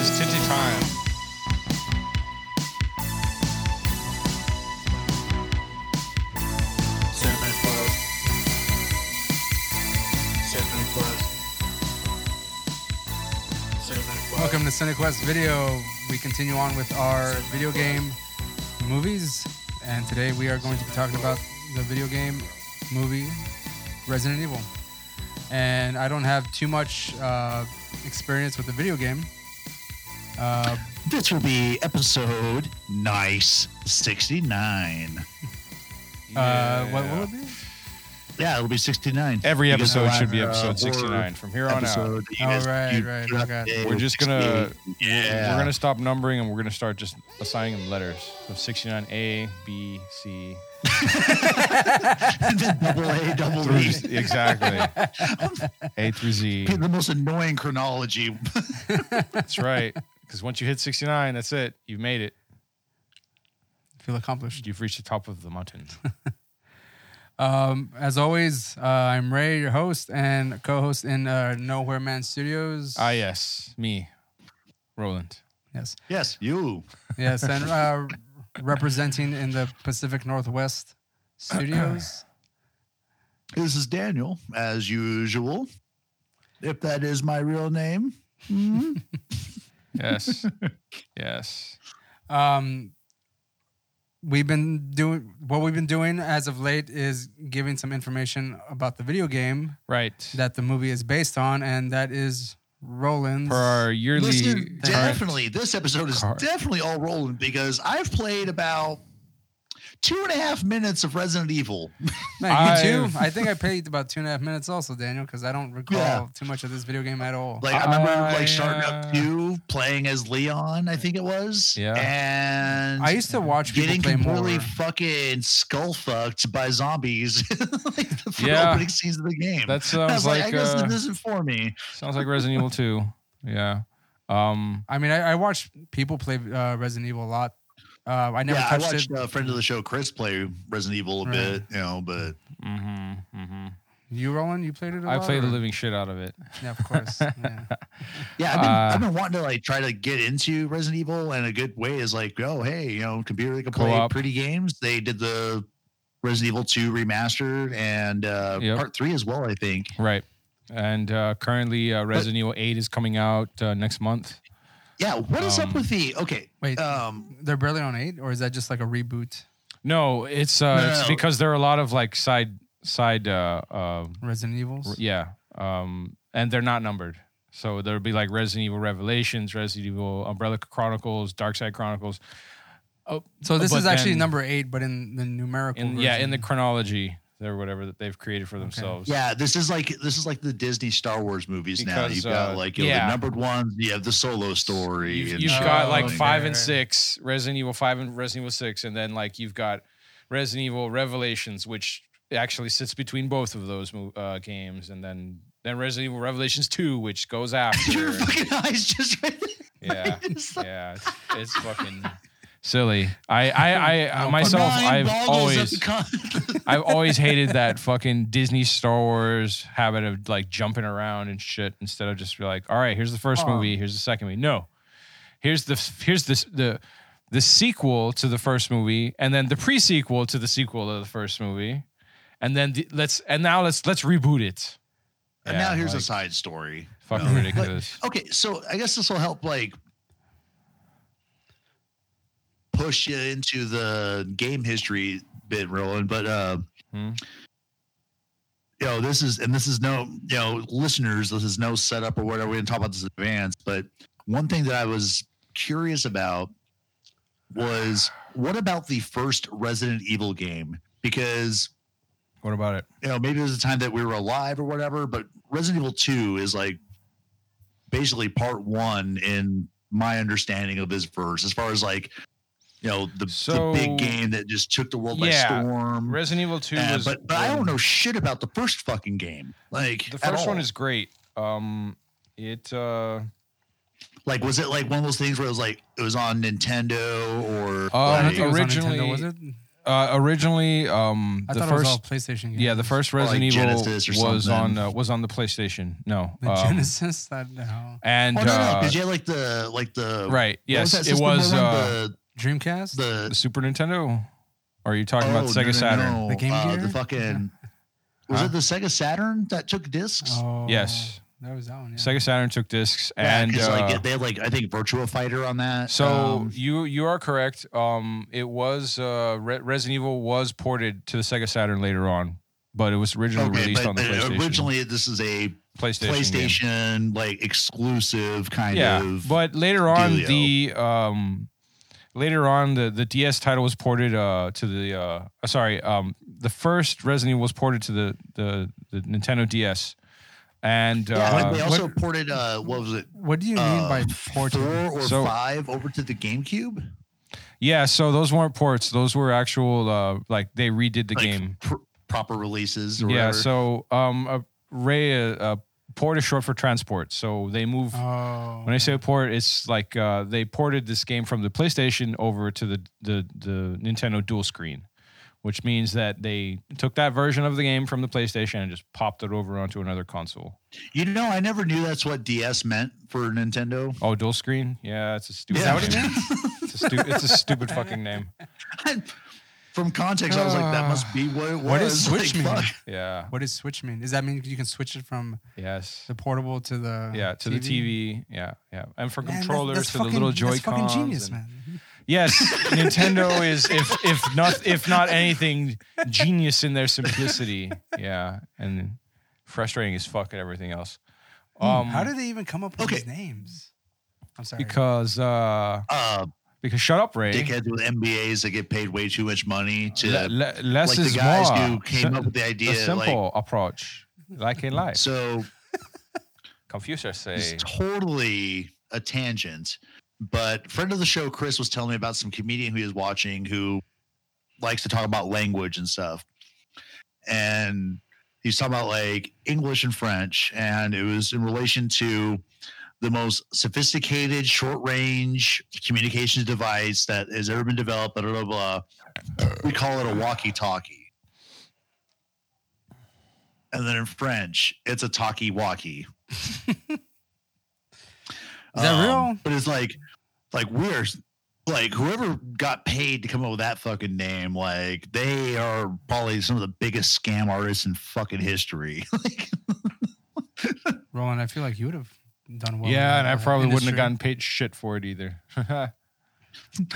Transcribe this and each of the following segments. is titty time. Cinnamon Fuzz. Cinnamon Fuzz. Cinnamon Fuzz. Welcome to CineQuest Video. We continue on with our video game movies, and today we are going to be talking about the video game movie Resident Evil. And I don't have too much uh, experience with the video game. Uh, This will be episode nice 69. uh, what will it be? Yeah, it'll be 69. Every Because episode our, should be uh, episode horror 69 from here on out. episode, you Oh, guys- right, you right, drop okay. it We're just gonna- 68. Yeah. We're gonna stop numbering and we're gonna start just assigning them letters. So 69A, B, C. double A, double through- B. exactly. A through Z. The most annoying chronology. That's right. Because once you hit 69, that's it. You've made it. Feel accomplished. You've reached the top of the mountain. Um, as always, uh, I'm Ray, your host and co-host in uh, Nowhere Man Studios. ah, yes. Me, Roland. yes, Yes, you. yes, and uh, representing in the Pacific Northwest Studios. This is Daniel, as usual. If that is my real name. Mhm. Yes. yes. Um, we've been doing what we've been doing as of late is giving some information about the video game Right. that the movie is based on, and that is Roland's. For our yearly. This is current- definitely this episode is Current. definitely all rolling because I've played about two and a half minutes of Resident Evil. Man, me too. I've- I think I played about two and a half minutes also, Daniel, because I don't recall Yeah. too much of this video game at all. Like I remember I, like starting up uh, two, playing as Leon, I think it was. Yeah. And I used to watch people getting play completely more. fucking skull fucked by zombies like the for Yeah. opening scenes of the game. That I sounds was like, like, I guess uh, this isn't for me. sounds like Resident Evil 2. Yeah. Um, I mean, I, I watched people play uh, Resident Evil a lot. Uh, I never yeah, I touched watched it. a friend of the show, Chris, play Resident Evil a Right. bit, you know, but mhm, mhm. You, Roland, you played it. a I lot, played the or- living shit out of it. Yeah, of course. Yeah. Yeah, I've been, Uh, I've been wanting to like try to get into Resident Evil, and a good way is like, oh hey, you know, computer that can play Co-op. pretty games. They did the Resident Evil Two remastered and uh, Yep. Part Three as well, I think. Right. And uh, currently, uh, Resident Evil 8 is coming out uh, next month. Yeah, what is Um, up with the okay? Wait, Um, they're barely on eight, or is that just like a reboot No, it's uh, No, no, it's no. because there are a lot of like side side uh, uh Resident Evils? r- yeah um and they're not numbered. So there'll be like Resident Evil Revelations, Resident Evil Umbrella Chronicles, Dark Side Chronicles. Oh, So this but is actually then- number eight, but in the numerical. in yeah, in the version. chronology or whatever that they've created for themselves. yeah, this is like this is like the Disney Star Wars movies now. Because, You've got uh, like you know, yeah. the numbered ones. You have the solo story. You've, and you've shit. got like Oh, five okay. and six, Resident Evil five and Resident Evil six, and then like you've got Resident Evil Revelations, which actually sits between both of those mo- uh, games, and then then Resident Evil Revelations two, which goes Your after. fucking eyes just right yeah, It's like- yeah, it's, it's fucking silly. I I, I myself, Nine I've boggles at always the con- I've always hated that fucking Disney Star Wars habit of like jumping around and shit instead of just be like, all right, here's the first Aw. movie, here's the second movie. No, here's the here's the the the sequel to the first movie, and then the pre-sequel to the sequel of the first movie, and then the, let's and now let's let's reboot it. and Yeah, now here's a like, side story. fucking No. ridiculous. Okay, so I guess this will help like push you into the game history bit, Roland. But uh, Hmm. you know, this is and this is no, you know, listeners, this is no setup or whatever. We didn't talk about this in advance, but one thing that I was curious about was what about the first Resident Evil game? Because What about it? you know, maybe it was a time that we were alive or whatever, but Resident Evil 2 is like basically part one in my understanding of his verse, as far as like, you know, the, So- the big game that just took the world Yeah. by storm. Resident Evil Two Uh, was, but but I don't know shit about the first fucking game. Like The at first one all. is great. Um, it uh, like was it like one of those things where it was like it was on Nintendo or Oh, I don't like, think it was on Originally- Nintendo, was it? uh, originally um, I the thought first it was all PlayStation games. yeah the first Resident like Evil Genesis or was on something. uh, was on the PlayStation. No, The um, Genesis. That no. and oh no, no, uh, because you had like the like the right what yes was that it system was they were on? uh, Dreamcast. the the the Super Nintendo. Or are you talking about Oh, Sega no, no, Saturn? no. The Game Uh, Gear? the fucking was Huh? it the Sega Saturn that took discs? oh, yes. That was that one. Yeah. Sega Saturn took discs Yeah, and 'cause, like, uh, it- they had like I think Virtua Fighter on that. So Um, you you are correct. Um, it was uh, Re- Resident Evil was ported to the Sega Saturn later on, but it was originally okay, released but on the but PlayStation. originally this is a PlayStation. game. PlayStation like exclusive kind yeah, of. but later on dealio. the um, later on the the DS title was ported uh to the uh uh, sorry um the first Resident Evil was ported to the the, the Nintendo DS, and yeah, uh, like, they what- also ported uh, what was it? What do you mean Uh, by Four porting? or So- five over to the GameCube. yeah, so those weren't ports; those were actual uh like they redid the Like, game. pr- proper releases. Or Yeah. whatever. So um, uh, Ray uh, uh, port is short for transport. So they move. Oh. when I say port, it's like uh, they ported this game from the PlayStation over to the, the the Nintendo Dual Screen, which means that they took that version of the game from the PlayStation and just popped it over onto another console. you know, I never knew that's what DS meant for Nintendo. Oh, Dual Screen? Yeah, it's a stupid. Yeah. name. It's a, stu- it's a stupid fucking name. From context, I was like, that must be what it was. What does Like, Switch mean? fuck. Yeah. What does Switch mean? Does that mean you can switch it from Yes. the portable to the Yeah, to the TV. Yeah, yeah, and from Man, that's- controllers that's to fucking- the little that's Joy Cons. fucking genius, man. Yes, Nintendo is if if not if not anything genius in their simplicity. Yeah, and frustrating as fuck at everything else. Um, How did they even come up with okay. these names? I'm sorry. because uh Uh, because shut up, Ray. dickheads with MBAs that get paid way too much money to Le- le- less like is the guys more. who came Sim- up with the the idea. simple approach, like in Like, life. so Confucius say. it's totally a tangent. But friend of the show, Chris, was telling me about some comedian he was watching who likes to talk about language and stuff. And he's talking about like English and French, and it was in relation to the most sophisticated short range communications device that has ever been developed. Blah blah blah. blah. We call it a walkie-talkie. And then in French, it's a talkie-walkie. Is that real? Um, But it's like, like we're like whoever got paid to come up with that fucking name, like they are probably some of the biggest scam artists in fucking history. like, Roland, I feel like you would have done well. yeah, in and I the probably wouldn't have industry. gotten paid shit for it either.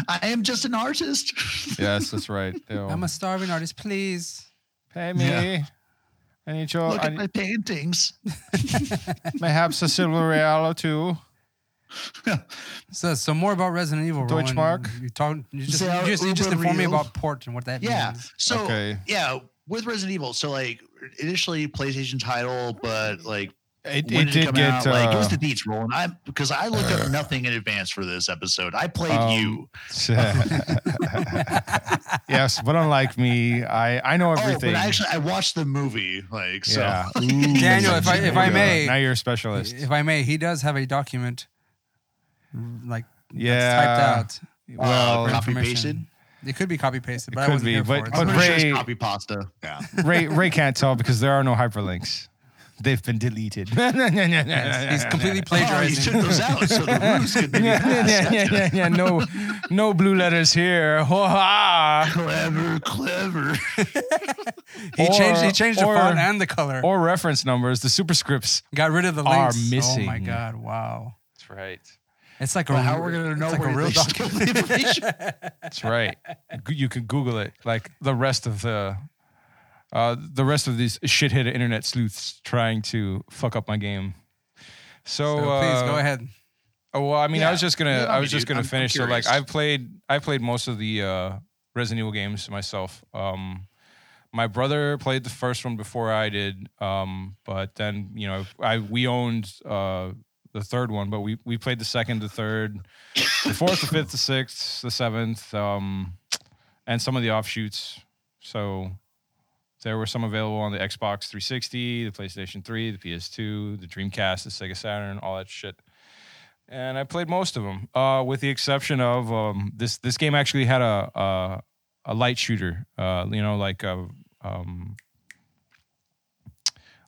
I am just an artist. yes, that's right. Ew. I'm a starving artist, please. Pay me. Yeah. I need your. Look I at need- my paintings. Perhaps a silver real or two. So, so more about Resident Evil. Roland. Deutschmark? You talk. You just, Sehr you just, you just informed me überreal. about port and what that Yeah. means. So Mm-hmm. Okay. yeah, with Resident Evil. So like initially PlayStation title, but like It, when it did come get. out? like it uh, was the beats rolling. I because I looked up nothing in advance for this episode. I played Um, you. yes, but unlike me, I I know Oh, everything. but actually I watched the movie. Like so yeah. Daniel, if I- if I Yeah. may- now you're a specialist. If I may, he does have a document, like Yeah. that's typed out. Well, for copy information. pasted. It could be copy pasted, but It I could wasn't be, here but- for it. but I'm pretty sure Ray- it's copy pasta. Oh, Yeah. Ray Ray can't tell because there are no hyperlinks. They've been deleted. Yes, he's completely Oh, you took plagiarizing. those out, so the ruse could be yeah, yeah, yeah, yeah, yeah, yeah. No, no blue letters here. Ho-ha. Clever, clever. he Or- changed. He changed or- the font and the color. Or reference numbers. The superscripts. got rid of the are links. Oh my missing. god! Wow. That's right. It's like a But how we're gonna know it's like where a they real stole the document. information? That's right. G- You can Google it. Like the rest of the, uh, the rest of these shithead internet sleuths trying to fuck up my game. So, so uh, please go ahead. Oh, well, I mean, I was Yeah. just gonna, Yeah, I was dude, just gonna I'm- I'm finish. so, like, curious. I've played, I played most of the uh, Resident Evil games myself. Um, my brother played the first one before I did, um, but then you know, I we owned uh, the third one, but we we played the second, the third, the fourth, the fifth, the sixth, the seventh, um, and some of the offshoots. So there were some available on the Xbox 360, the PlayStation 3, the PS2, the Dreamcast, the Sega Saturn, all that shit. And I played most of them, uh, with the exception of um, this. This game actually had a, a a light shooter. Uh, you know, like a, um,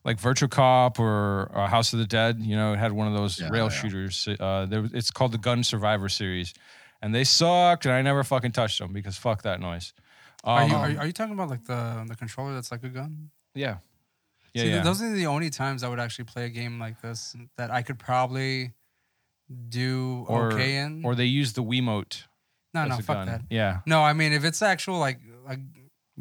like Virtual Cop or, or House of the Dead. You know, it had one of those Yeah, rail yeah. shooters. Uh, there, was- it's called the Gun Survivor series, and they sucked. And I never fucking touched them because fuck that noise. Um, Are you, are, you- are you talking about like the the controller that's like a gun? yeah, yeah, See, th- yeah. Those are the only times I would actually play a game like this that I could probably do Or- okay in. or they used the Wiimote. no, as no, a fuck gun. that. Yeah. No, I mean if it's actual like a gun,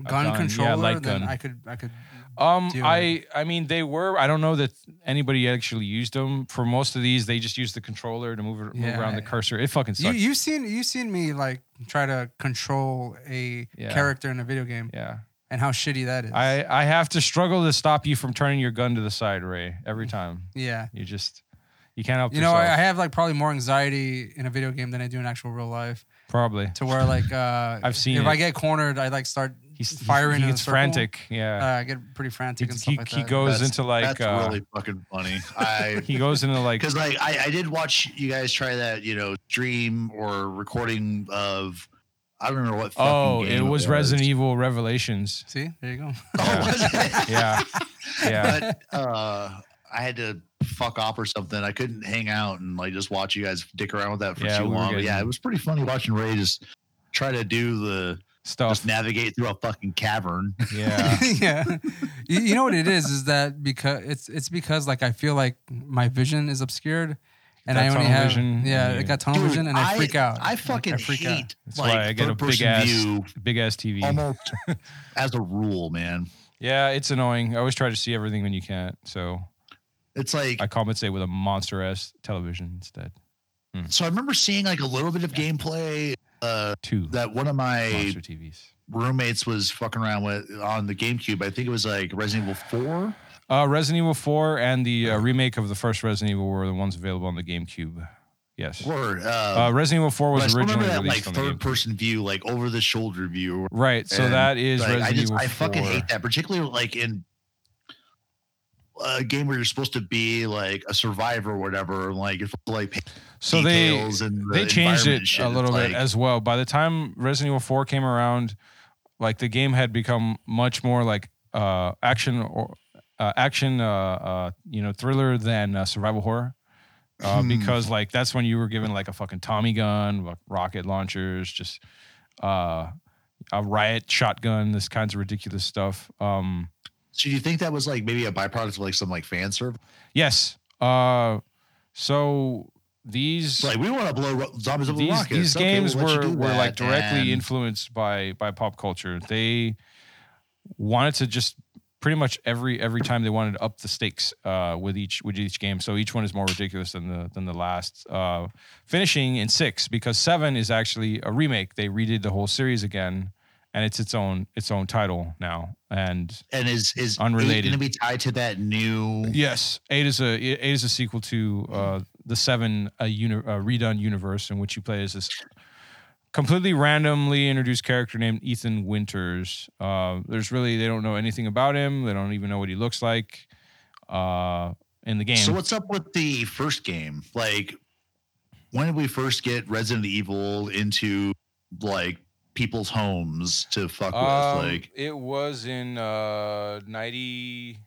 gun, yeah, controller, light then gun. I could I could. Um, do I I mean they were. I don't know that anybody actually used them. For most of these, they just used the controller to move, move Yeah. around the cursor. It fucking You sucked. you seen you seen me like try to control a Yeah. character in a video game yeah, and how shitty that is. I I have to struggle to stop you from turning your gun to the side, Ray. Every time yeah. you just you can't help Mm. You know, yourself. I, I have like probably more anxiety in a video game than I do in actual real life. Probably To where like uh, I've seen if I it. get cornered, I like start he's firing He, in a gets circle. frantic. Yeah, uh, I get pretty frantic and he, stuff he, like he that. goes That's- into like That's uh, really fucking funny. I he goes into like because like I, I did watch you guys try that you know stream or recording of I don't remember what. fucking oh, it game was Resident Evil Revelations. See, there you go. Oh, was it? Yeah, yeah. But uh, I had to fuck off or something. I couldn't hang out and like just watch you guys dick around with that for Yeah, too we were long. But yeah, getting- it was pretty funny watching Ray just try to do the Stuff. just navigate through a fucking cavern. Yeah, yeah, you, you know what it is is that because it's it's because like I feel like my vision is obscured, and Got I only tunnel have vision, yeah, yeah. I got tunnel Dude, vision and I, freak out. I Like, fucking freak out. hate That's like why I get a third-person big-ass- view big ass TV. almost as a rule, man. Yeah, it's annoying. I always try to see everything when you can't. So It's like I compensate with a monster ass television instead. so I remember seeing like a little bit of gameplay uh Two that one of my monster TVs. roommates was fucking around with on the GameCube. I think it was like Resident Evil 4. Uh, Resident Evil 4 and the uh, remake of the first Resident Evil were the ones available on the GameCube. Yes. Word. Uh, Uh, Resident Evil 4 but I was still remember originally that like released on the third GameCube. person view, like over the shoulder view. or- Right. So and, that is like, Resident I just Evil 4. I fucking hate that, particularly like in a game where you're supposed to be like a survivor or whatever. Like if like So they details and the they changed environment it shit, a it's little bit like- as well. By the time Resident Evil 4 came around, like the game had become much more like uh, action or uh, action, uh, uh, you know, thriller than uh, survival horror. Uh, Hmm. Because like that's when you were given like a fucking Tommy gun, like, rocket launchers, just uh, a riot shotgun, this kinds of ridiculous stuff. Um, So do you think that was like maybe a byproduct of like some like fan service? yes. Uh, so these It's like we want to blow ro- zombies up with these, rockets. these Okay, we'll games let you were, do were like that, directly and- influenced by by pop culture. They wanted to just pretty much every every time they wanted to up the stakes uh, with each with each game. So each one is more ridiculous than the than the last. Uh, finishing in six because seven is actually a remake. They redid the whole series again, and it's its own its own title now. And and is is Unrelated. going to be tied to that new Yes, eight is a eight is a sequel to uh, the seven a, uni- a redone universe in which you play as this completely randomly introduced character named Ethan Winters. Uh, there's really they don't know anything about him. They don't even know what he looks like uh, in the game. So what's up with the first game? Like, when did we first get Resident Evil into like people's homes to fuck Um, with? Like, it was in uh, ninety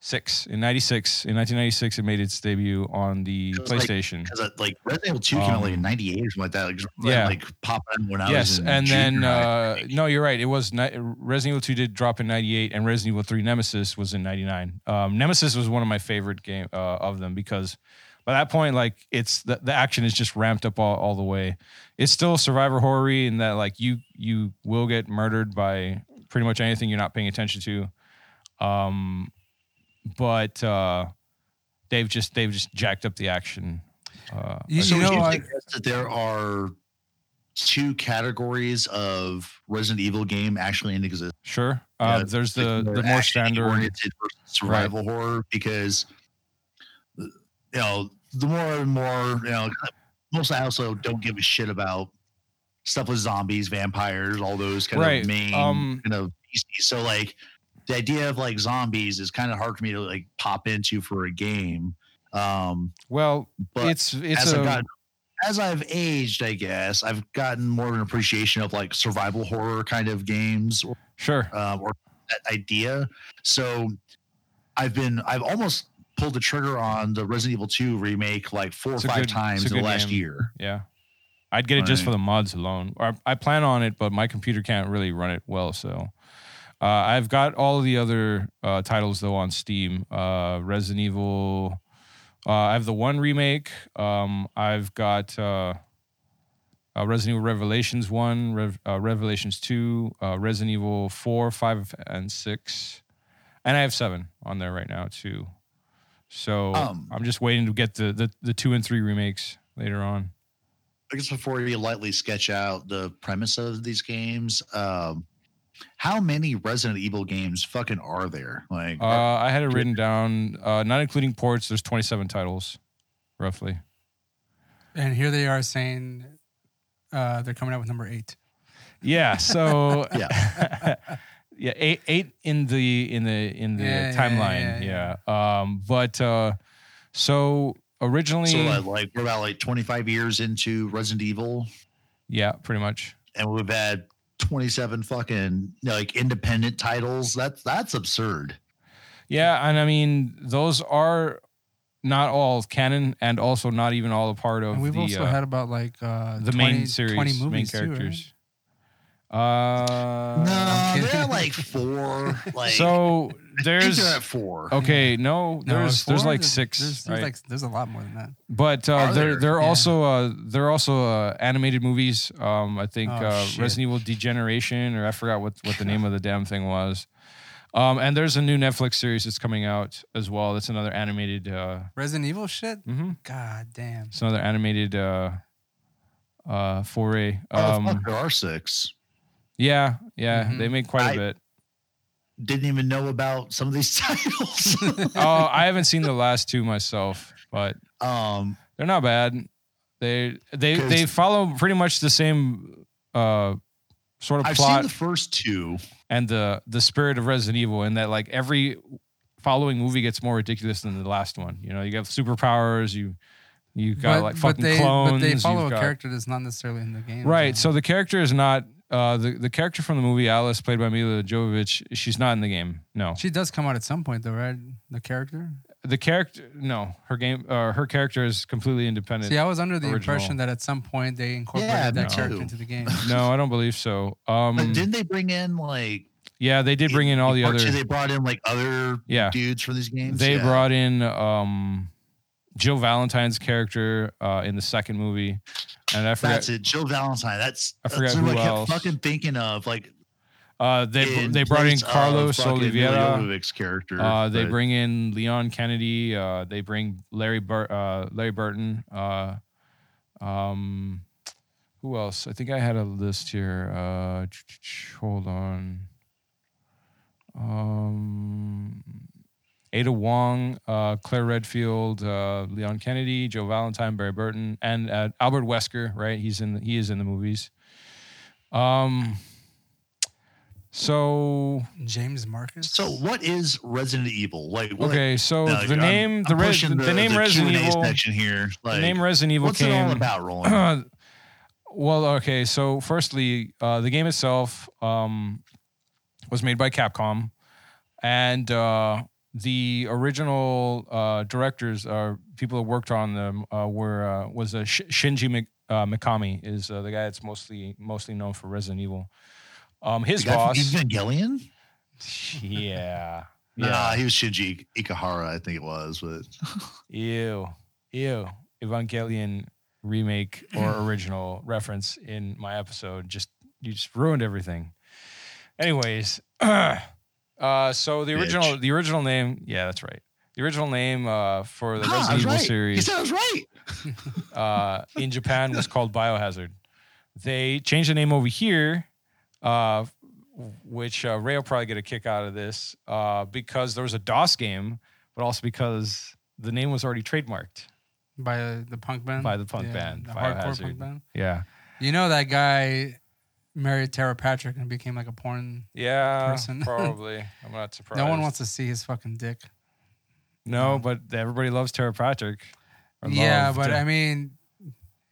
six. In ninety six, in nineteen ninety six, it made its debut on the It was like- PlayStation. because like Resident Evil Two came out like in Um, '98 or something like that. Like, just, like, yeah. like popping out when I was yes, in and then junior high. uh, no, you're right. It was ni- Resident Evil 2 did drop in '98, and Resident Evil 3 Nemesis was in '99. Um, Nemesis was one of my favorite game uh, of them because by that point, like it's the, the action is just ramped up all, all the way. It's still survivor horror in that like you you will get murdered by pretty much anything you're not paying attention to. Um, but uh, they've just they've just jacked up the action. Uh, You, so you know, would you I, suggest that there are two categories of Resident Evil game actually in existence. sure, uh, Yeah, there's like, the the more action standard. oriented versus survival horror because uh, you know the more and more you know most I also don't give a shit about stuff with zombies, vampires, all those kind Right, of main um, kind of beasties. So like the idea of like zombies is kind of hard for me to like pop into for a game. Um, Well, but it's it's as a I've gotten as I've aged, I guess I've gotten more of an appreciation of like survival horror kind of games or, Sure. uh, or that idea. So I've been I've almost pulled the trigger on the Resident Evil 2 remake like four or It's a five good- times it's a in the good last game. year. Yeah. I'd get it just for Right. the mods alone. Or I plan on it, but my computer can't really run it well. So uh, I've got all the other uh, titles though on Steam. Uh, Resident Evil. Uh, I have the one remake. Um, I've got uh, uh, Resident Evil Revelations one, Rev- uh, Revelations two, uh, Resident Evil four, five, and six, and I have seven on there right now too. So Um. I'm just waiting to get the, the the two and three remakes later on. I guess before you lightly sketch out the premise of these games, um, how many Resident Evil games fucking are there? Like, Uh, I had it written down, uh, not including ports. There's 27 titles, roughly. And here they are saying uh, they're coming out with number eight. Yeah. So Yeah. yeah, eight, eight in the in the in the Yeah, yeah, timeline. Yeah, yeah, Um, but uh, so originally, so uh, like we're about like 25 years into Resident Evil, yeah, pretty much. and we've had 27 fucking like independent titles. That's that's absurd. Yeah, and I mean those are not all canon, and also not even all a part of and we've the also uh, had about like uh, the 20, main series, 20 movies main too, right? characters. Uh, no, I'm they're kidding. at, like four. Like, So I think there's they're at four. Okay, no, No, there's there's four? like six, There's, there's right? like there's a lot more than that. but uh, Are there there? there are Yeah. also uh, there are also uh, animated movies. Um, I think Oh, uh, shit. Resident Evil Degeneration, or I forgot what what the name of the damn thing was. Um, and there's a new Netflix series that's coming out as well. That's another animated. Uh, Resident Evil shit. mhm. God damn. It's another animated uh, uh, foray. Oh, fuck, Um, there are six. yeah, yeah, Mhm. they made quite a I- bit. Didn't even know about some of these titles. oh, I haven't seen the last two myself, but um, They're not bad. They they 'Cause- they follow pretty much the same uh sort of I've seen plot the first two. and the the spirit of Resident Evil in that like every following movie gets more ridiculous than the last one. You know, you have superpowers, you you got like fucking they, clones. But they you've follow a got- character that's not necessarily in the game. Right. So the character is not uh the, the character from the movie Alice played by Mila Jovovich, she's not in the game. No. she does come out at some point though, right? The character. The character no, her game uh, her character is completely independent. See, I was under the original. impression that at some point they incorporated Yeah, me that character too. into the game. No, I don't believe so. Um But didn't they bring in like yeah, they did bring in all the part other two, They brought in like other Yeah. dudes from these games. They Yeah. brought in um Jill Valentine's character uh in the second movie. And I forgot That's it, Jill Valentine. That's I forgot that's who I kept else. fucking thinking of. Like uh they in they brought in place of Carlos fucking Oliveira. Mila Jovovich's character. Uh they but- bring in Leon Kennedy, uh they bring Larry Bur- uh Larry Burton, uh um who else? I think I had a list here. Uh ch- ch- ch- hold on. Um Ada Wong, uh, Claire Redfield, uh, Leon Kennedy, Joe Valentine, Barry Burton, and uh, Albert Wesker. Right, he's in. He is in the movies. Um. So James Marcus. So what is Resident Evil? Like what, okay, so No, the I'm- name, the, I'm res, pushing the, name Resident Q&A Evil, section here. Like, the name Resident Evil what's came. it all about, Roland? well, okay. So, firstly, uh, the game itself um, was made by Capcom, and uh, the original uh, directors or people that worked on them uh, were uh, was uh, Sh- Shinji Mik- uh, Mikami is uh, the guy that's mostly mostly known for Resident Evil. Um, The his guy from boss, Evangelion? yeah, Nah, yeah, he was Shinji Ikahara, I think it was. But ew, ew, Evangelion remake or original reference in my episode. Just you just ruined everything. Anyways, uh, so the original Bitch. the original name, yeah, that's right. The original name uh, for the Ah, I Resident was Evil right. He series said I was right. uh, in Japan was called Biohazard. They changed the name over here, uh, which uh, Ray will probably get a kick out of this uh, because there was a DOS game, but also because the name was already trademarked. by uh, the punk band. By the punk band, The hardcore Biohazard. punk band. Yeah, You know that guy married Tara Patrick and became like a porn. yeah, Person. probably. I'm not surprised. No one wants to see his fucking dick. No, but everybody loves Tara Patrick. or Yeah, loved. but I mean,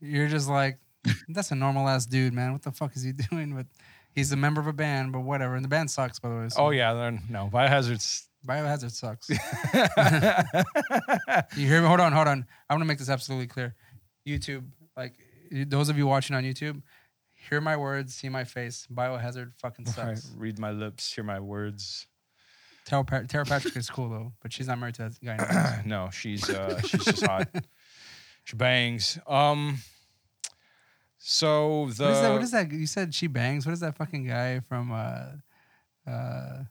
You're just like, that's a normal ass dude, man. What the fuck is he doing? But he's a member of a band, but whatever. And the band sucks, by the way. so Oh yeah, then no biohazards. Biohazard sucks. You hear me? Hold on, hold on. I want to make this absolutely clear. YouTube, like you- those of you watching on YouTube, hear my words, see my face. Biohazard fucking sucks. Read my lips, hear my words. Tara, pa- Tara Patrick is cool though, but she's not married to that guy. anymore. No, she's uh, she's just hot. She bangs. Um. So the what, is that, what is that? You said she bangs. What is that fucking guy from uh, uh,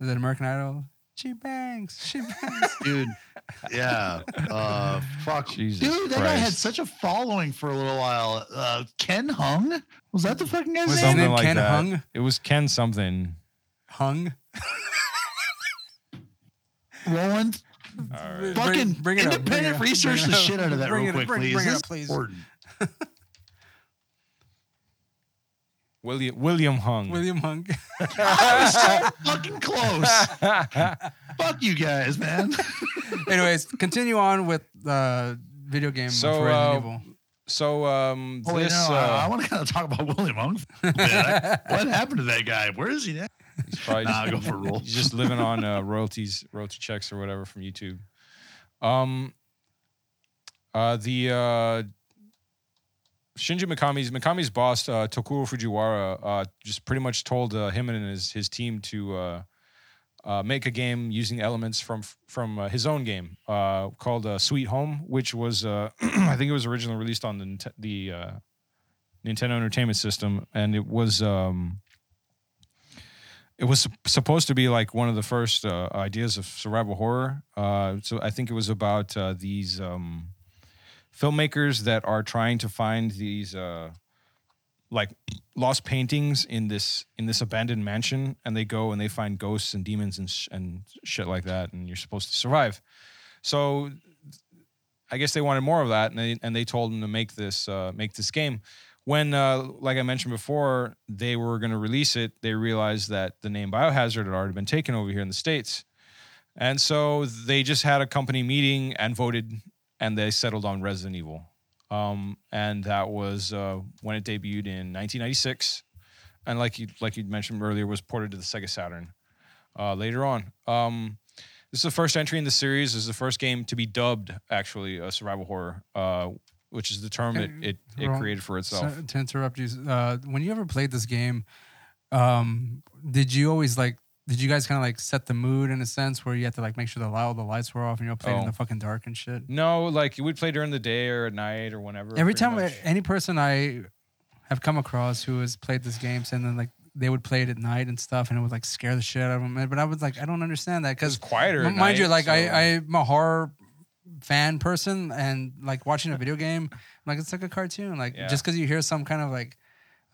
is it American Idol? She bangs. She bangs. dude. Yeah. Uh, fuck. Jesus dude, that guy had Christ. such a following for a little while. Uh, Ken Hung? Was that the fucking guy's Was name? something his name like Ken that. Hung? It was Ken something. Hung. Roland? All right. Bring- bring it Fucking up, bring it independent up, research bring the it up. shit out of that Bring real it up, quick, bring- please. bring it This up, is please. important. William William Hung. William Hung. I was so fucking close. Fuck you guys, man. Anyways, continue on with uh, video game So, for Resident uh, Evil. so um Oh, wait, this no, I, I uh, want to kind of talk about William Hung. a bit. I- what happened to that guy? Where is he now? he's probably just, Nah, I go for rules. he's just living on uh, royalties, royalty checks or whatever from YouTube. Um uh the uh Shinji Mikami's Mikami's boss uh, Tokuro Fujiwara uh, just pretty much told uh, him and his his team to uh, uh, make a game using elements from from uh, his own game uh, called uh, Sweet Home, which was uh, I think it was originally released on the Nint- the uh, Nintendo Entertainment System, and it was um, it was sup- supposed to be like one of the first uh, ideas of survival horror. Uh, so I think it was about uh, these um, filmmakers that are trying to find these. Uh, like lost paintings in this in this abandoned mansion and they go and they find ghosts and demons and sh- and shit like that and you're supposed to survive so i guess they wanted more of that and they and they told them to make this uh make this game when uh like i mentioned before they were going to release it they realized that the name biohazard had already been taken over here in the states and so they just had a company meeting and voted and they settled on resident evil um, and that was uh, when it debuted in 1996, and like you like you mentioned earlier, was ported to the Sega Saturn uh, later on. Um, this is the first entry in the series. This is the first game to be dubbed actually a survival horror, uh, which is the term it it, it Wrong. created for itself. So, to interrupt you, uh, when you ever played this game, um, did you always like? Did you guys kind of like set the mood in a sense where you had to like make sure the loud the lights were off and you all played in Oh. the fucking dark and shit? No, like you would play during the day or at night or whenever. Every pretty time much. any person I have come across who has played this game, and then like they would play it at night and stuff, and it would like scare the shit out of them. But I was like, I don't understand that it was because quieter. at M- mind you, night, like so- I, I'm a horror fan person, and like watching a video game, I'm like it's like a cartoon. Like Yeah. just because you hear some kind of like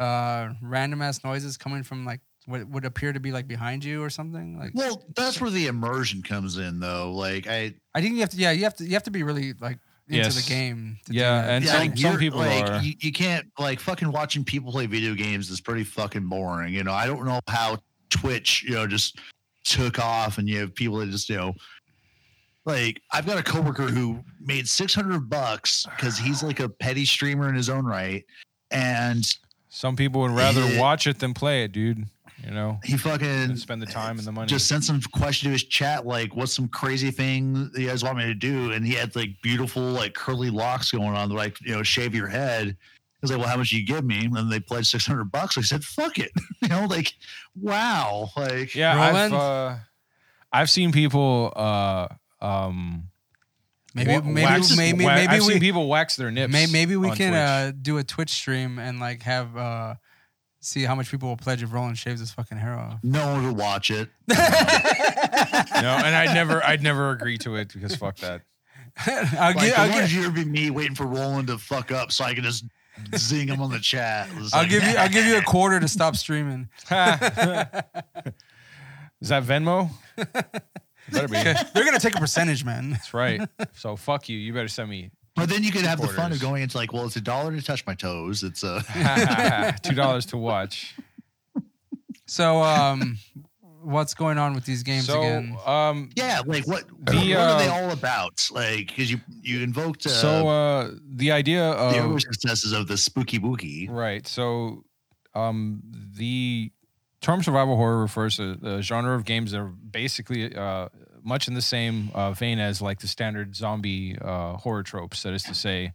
uh, random ass noises coming from like what would appear to be like behind you or something. Like Well, that's where the immersion comes in, though. Like, I, I think you have to, yeah, you have to, you have to be really like into Yes. the game. To Yeah, do that. and yeah, some- like, some you're- people like are- You, you can't like fucking watching people play video games is pretty fucking boring. You know, I don't know how Twitch, you know, just took off and you have people that just, you know, like I've got a coworker who made 600 bucks because he's like a petty streamer in his own right. And some people would rather Yeah. watch it than play it, dude. You know, he fucking and spend the time and the money. just sent some question to his chat, like, what's some crazy thing you guys want me to do? And he had like beautiful, like curly locks going on, They're like, you know, shave your head. I was like, well, how much do you give me? And they pledged 600 bucks. I said, fuck it. you know, like, wow. Like, Yeah, I've Roland? uh, I've seen people uh um maybe, wa- maybe, wax- maybe, wa- maybe I've seen we, people wax their nips. may, maybe we on can Twitch. uh, do a Twitch stream and like have uh, see how much people will pledge if Roland shaves his fucking hair off. no one would watch it. no, and I'd never I'd never agree to it because fuck that. I'll Like, give, I'll the give, one year would be me waiting for Roland to fuck up so I can just zing him on the chat. It was I'll like, give you. I'll give you a quarter to stop streaming. Is that Venmo? It better be. They're gonna take a percentage, man. That's right. So fuck you. You better send me But then you could have the fun Quarters. of going into like, well, it's a dollar to touch my toes. It's a. two dollars to watch. So, um, what's going on with these games so, again? um, Yeah, like what? The, what are they uh, all about? Like, because you you invoked uh, so um, uh, the idea of the other successes of the spooky bookie. Right. So, um, the term survival horror refers to the genre of games that are basically uh, much in the same uh, vein as like the standard zombie uh, horror tropes. That is to say,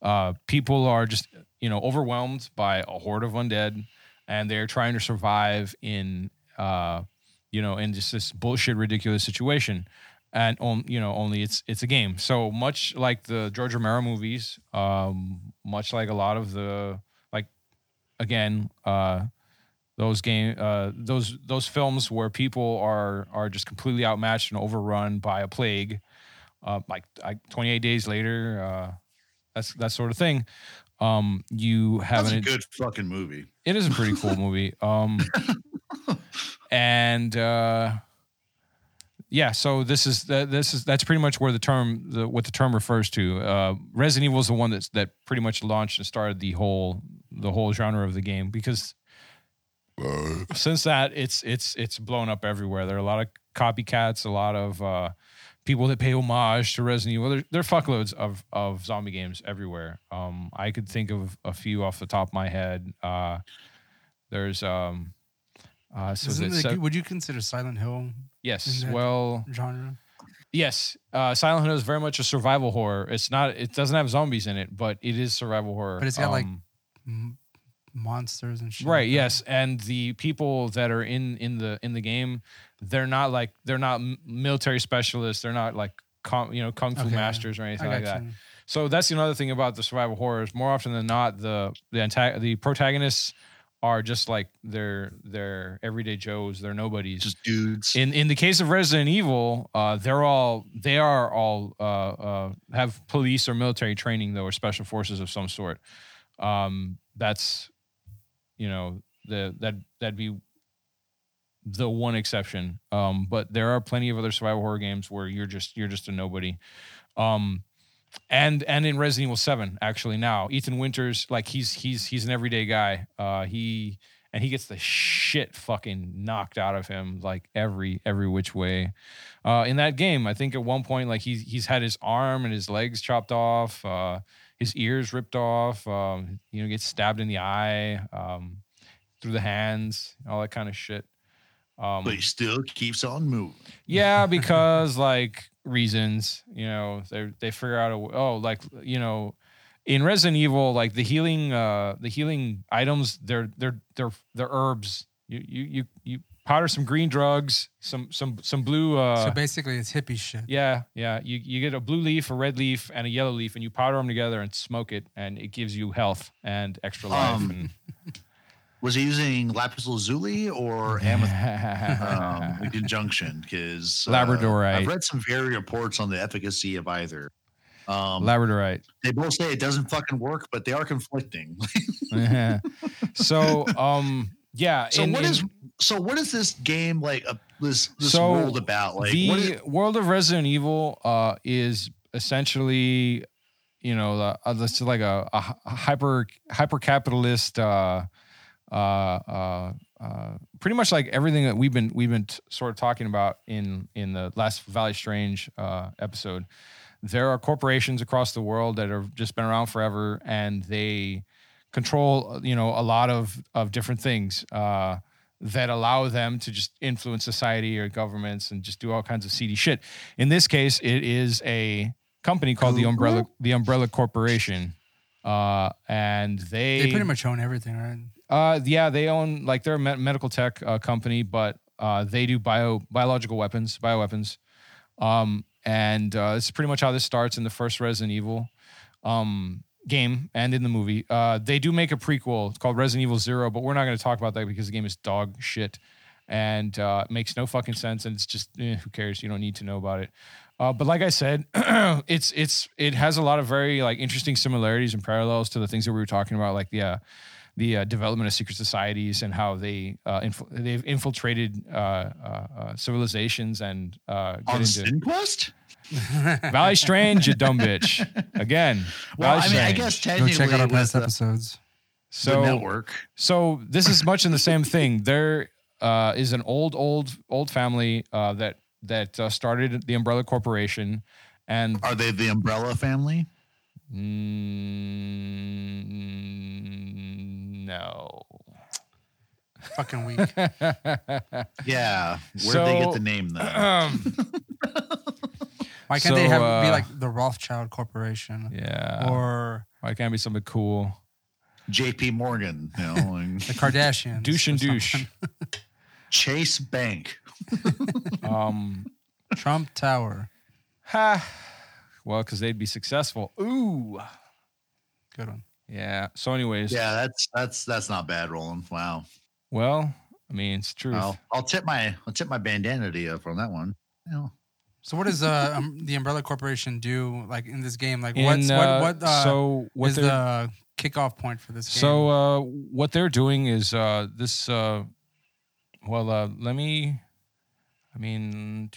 uh, people are just you know overwhelmed by a horde of undead, and they're trying to survive in uh, you know in just this bullshit ridiculous situation. And on, you know, only it's it's a game. So much like the George Romero movies, um, much like a lot of the again uh those game uh those those films where people are are just completely outmatched and overrun by a plague uh like like 28 days later uh that's that sort of thing um you have That's an a good fucking movie. it is a pretty cool movie. Um, and uh, yeah, so this is that this is that's pretty much where the term the, what the term refers to. Uh, Resident Evil is the one that's that pretty much launched and started the whole the whole genre of the game because since that it's it's it's blown up everywhere. There are a lot of copycats, a lot of uh, people that pay homage to Resident Evil. There, there are fuckloads of of zombie games everywhere. Um, I could think of a few off the top of my head. Uh, there's um, uh, so Isn't that- it- so- would you consider Silent Hill yes, isn't that- well, genre? yes. Uh, Silent Hill is very much a survival horror. It's not. It doesn't have zombies in it, but it is survival horror. But it's got, like, Um, M- monsters and shit. like right that. yes and the people that are in in the in the game they're not like they're not m- military specialists they're not like com, you know kung fu Okay, masters or I anything got like that you. so that's another thing about the survival horrors more often than not the the antagon- the protagonists are just like they're they're everyday joes they're nobodies Just dudes. in in the case of Resident Evil, uh, they're all they are all uh, uh, have police or military training though, or special forces of some sort. Um, that's you know the that that'd be the one exception. Um, but there are plenty of other survival horror games where you're just you're just a nobody. Um, and and in Resident Evil Seven, actually now Ethan Winters like he's he's he's an everyday guy. Uh, he and he gets the shit fucking knocked out of him like every every which way. Uh, in that game, I think at one point like he's he's had his arm and his legs chopped off, uh, his ears ripped off. Um, you know, gets stabbed in the eye, um, through the hands, all that kind of shit. Um, but he still keeps on moving. yeah, because like reasons, you know, they they figure out a w- oh like you know, in Resident Evil like the healing uh the healing items they're they're they're they're herbs. You you you you powder some green drugs, some some some blue uh so basically, it's hippie shit. yeah, yeah. You you get a blue leaf, a red leaf, and a yellow leaf, and you powder them together and smoke it, and it gives you health and extra life. Um, and, Was he using lapis lazuli or amethyst? um, in conjunction because Labradorite. I've read some very reports on the efficacy of either. Um, Labradorite. they both say it doesn't fucking work, but they are conflicting. so um yeah. so in- what in- is so what is this game like? Uh, this this So world about like the what is, world of Resident Evil uh, is essentially, you know, the, uh, this is like a, a hy- hyper hyper capitalist, uh, uh, uh, uh, pretty much like everything that we've been we've been t- sort of talking about in in the last Valley Strange uh, episode. There are corporations across the world that have just been around forever, and they control, you know, a lot of of different things. Uh, that allow them to just influence society or governments and just do all kinds of seedy shit. In this case, it is a company called the Umbrella the Umbrella Corporation, uh, and they, They pretty much own everything, right? uh, yeah they own like they're a me- medical tech uh, company, but uh, they do bio biological weapons bioweapons, um, and uh, it's pretty much how this starts in the first Resident Evil. Um, game and in the movie uh they do make a prequel it's called resident evil zero but we're not going to talk about that because the game is dog shit and uh, it makes no fucking sense. And it's just eh, who cares? You don't need to know about it. Uh, but like I said, it's it's it has a lot of very like interesting similarities and parallels to the things that we were talking about, like the uh, the uh, development of secret societies and how they uh, inf- they've infiltrated uh, uh, uh, civilizations and uh, on get into SinQuest? Valley Strange, you dumb bitch. Again, Well, Valley I mean, I Strange. guess Go technically check out our with past the, episodes. the so network. so this is much in the same thing. They're uh, is an old, old, old family uh, that that uh, started the Umbrella Corporation, and Are they the Umbrella family? Mm, no. Fucking weak. Yeah. Where would they So- get the name though? Um, Why can't they have So, be uh, like the Rothschild Corporation yeah. or Why can't it be something cool? J.P. Morgan. You know, like the Kardashians? Douche or and douche. something? Chase Bank. Um, Trump Tower. ha. Well, because they'd be successful. Ooh. Good one. Yeah. So, anyways, Yeah, that's that's that's not bad, Roland. Wow. well, I mean, it's truth. I'll, I'll tip my I'll tip my bandana to you from that one. Yeah. So what does uh, um, the Umbrella Corporation do like in this game? Like In, what's uh, what what uh, so what is they're- the kickoff point for this game? So uh, what they're doing is uh, this. Uh, well, uh, let me. I mean,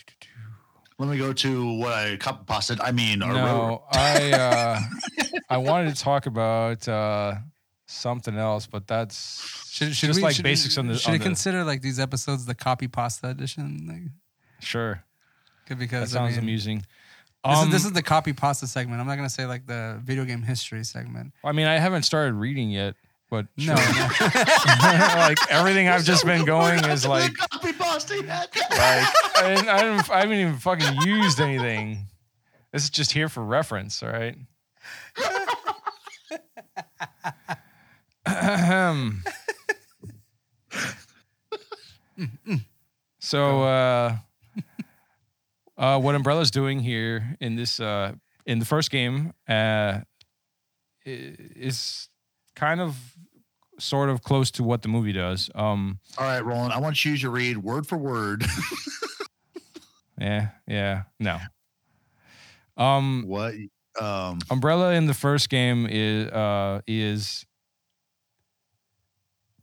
Let me go to what I copy pasted. I mean, a road. no, I uh, I wanted to talk about uh, something else, but that's should, should just we, like should- basics on the. Should on we the- consider like these episodes the copy pasta edition? Like, sure, good that because I sounds mean, amusing. This, Um, is, this is the copy pasta segment. I'm not gonna say like the video game history segment. I mean, I haven't started reading yet, but No, sure. no. like everything I've just been going is like copy pasta yet. Like I, didn't, I, didn't, I haven't even fucking used anything. This is just here for reference, all right? Ahem. so uh, uh, what Umbrella's doing here in this uh, in the first game uh, i- is kind of sort of close to what the movie does. Um, All right, Roland. I want you to read word for word Yeah, yeah, no. Um, what um Umbrella in the first game is uh is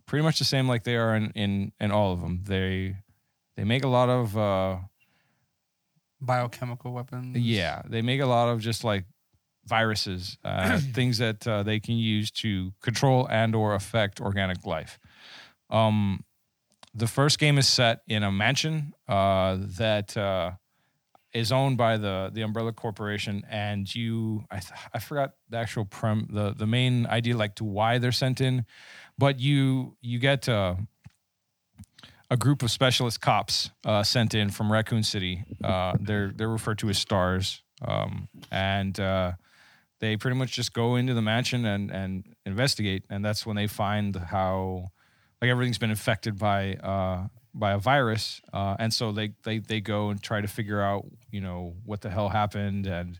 pretty much the same like they are in in, in all of them. They they make a lot of uh biochemical weapons. yeah, they make a lot of just like viruses, uh, things that uh, they can use to control and or affect organic life. Um, the first game is set in a mansion uh, that uh, is owned by the the Umbrella Corporation, and you I, th- I forgot the actual prem the the main idea like to why they're sent in, but you you get. Uh, a group of specialist cops uh, sent in from Raccoon City. Uh, they're they're referred to as stars, um, and uh, they pretty much just go into the mansion and and investigate. And that's when they find how like everything's been infected by uh, by a virus, uh, and so they they they go and try to figure out you know what the hell happened and.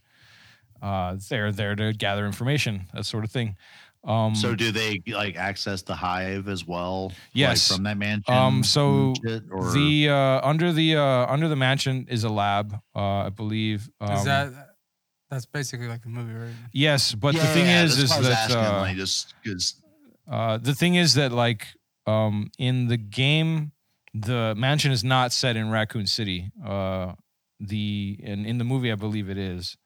Uh, they're there to gather information, that sort of thing. Um, so do they like access the hive as well? Yes. Like from that mansion. Um, so and shit, or the uh, under the uh, under the mansion is a lab, uh, I believe. Um, is that that's basically like the movie, right? yes? But the Yeah, thing yeah, is, is that's what I was that asking, uh, like, just 'cause- uh, the thing is that like um, in the game, the mansion is not set in Raccoon City. Uh, the and in the movie, I believe it is.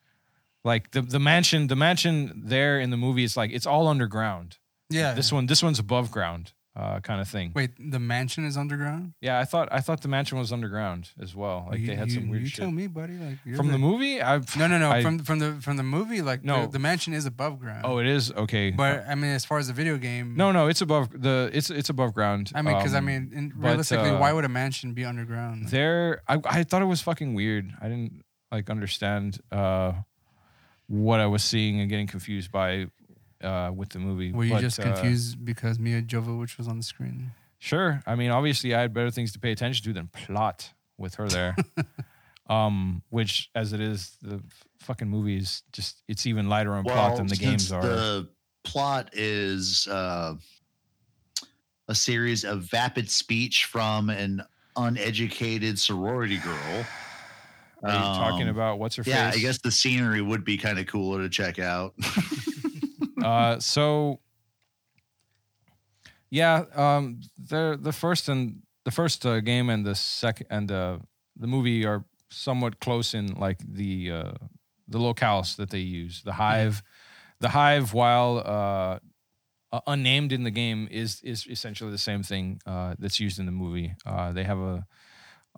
Like the the mansion, the mansion there in the movie is like it's all underground. Yeah. This yeah. one, this one's above ground, uh, kind of thing. Wait, the mansion is underground. Yeah, I thought I thought the mansion was underground as well. Like you, they had you, some weird You shit. tell me, buddy. Like you're from the movie i've No, no, no. I- from from the from the movie, like No. the, the mansion is above ground. oh it is okay but I mean, as far as the video game, no no it's above the it's it's above ground I mean, because I Um, mean, in, but, realistically, uh, why would a mansion be underground? there I, I thought it was fucking weird i didn't like understand uh what i was seeing and getting confused by uh with the movie Were you But, just uh, confused because Mia Jovovich was on the screen? sure i mean obviously i had better things to pay attention to than plot with her there um which as it is the fucking movie is just it's even lighter on plot well, than the since games are The plot is uh, a series of vapid speech from an uneducated sorority girl. are you talking Um, about what's her Yeah, face I guess the scenery would be kind of cooler to check out. uh, so yeah, um, the the first and the first uh, game and the second and uh, the movie are somewhat close in like the uh, the locales that they use, the hive, the hive. While uh, uh, unnamed in the game is is essentially the same thing uh, that's used in the movie. Uh, they have a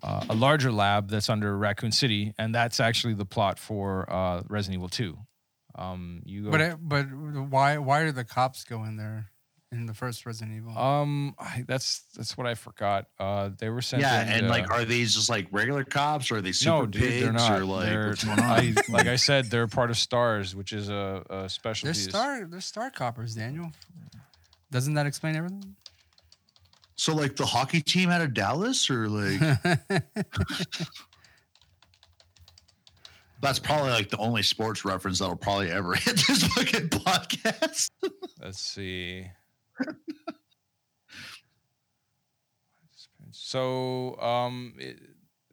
uh, a larger lab that's under Raccoon City, and that's actually the plot for uh, Resident Evil Two. Um, you go, But I- but why why do the cops go in there in the first Resident Evil? um, I, that's that's what I forgot. Uh, they were sent. yeah, in, and uh, like, are these just like regular cops, or are they super no, dude, pigs, they're not. or like They're- what's going on? I, like I said, they're part of Stars, which is a, a specialty. they're star they're star coppers, Daniel. Doesn't that explain everything? so, like the hockey team out of Dallas, or like that's probably like the only sports reference that'll probably ever hit this fucking podcast. Let's see. so um, it-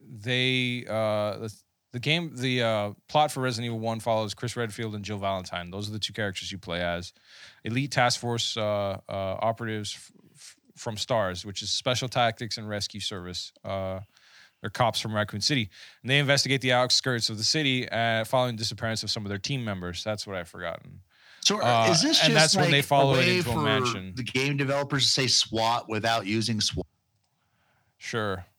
they uh, let's- the game the uh, plot for Resident Evil One follows Chris Redfield and Jill Valentine. Those are the two characters you play as elite task force uh, uh, operatives f- f- from Stars, which is Special Tactics and Rescue Service. Uh, they're cops from Raccoon City, and they investigate the outskirts of the city uh, following disappearance of some of their team members. That's what I've forgotten. So, Uh, is this just and that's like when they follow a it way into a for mansion. the game developers to say SWAT without using SWAT? Sure.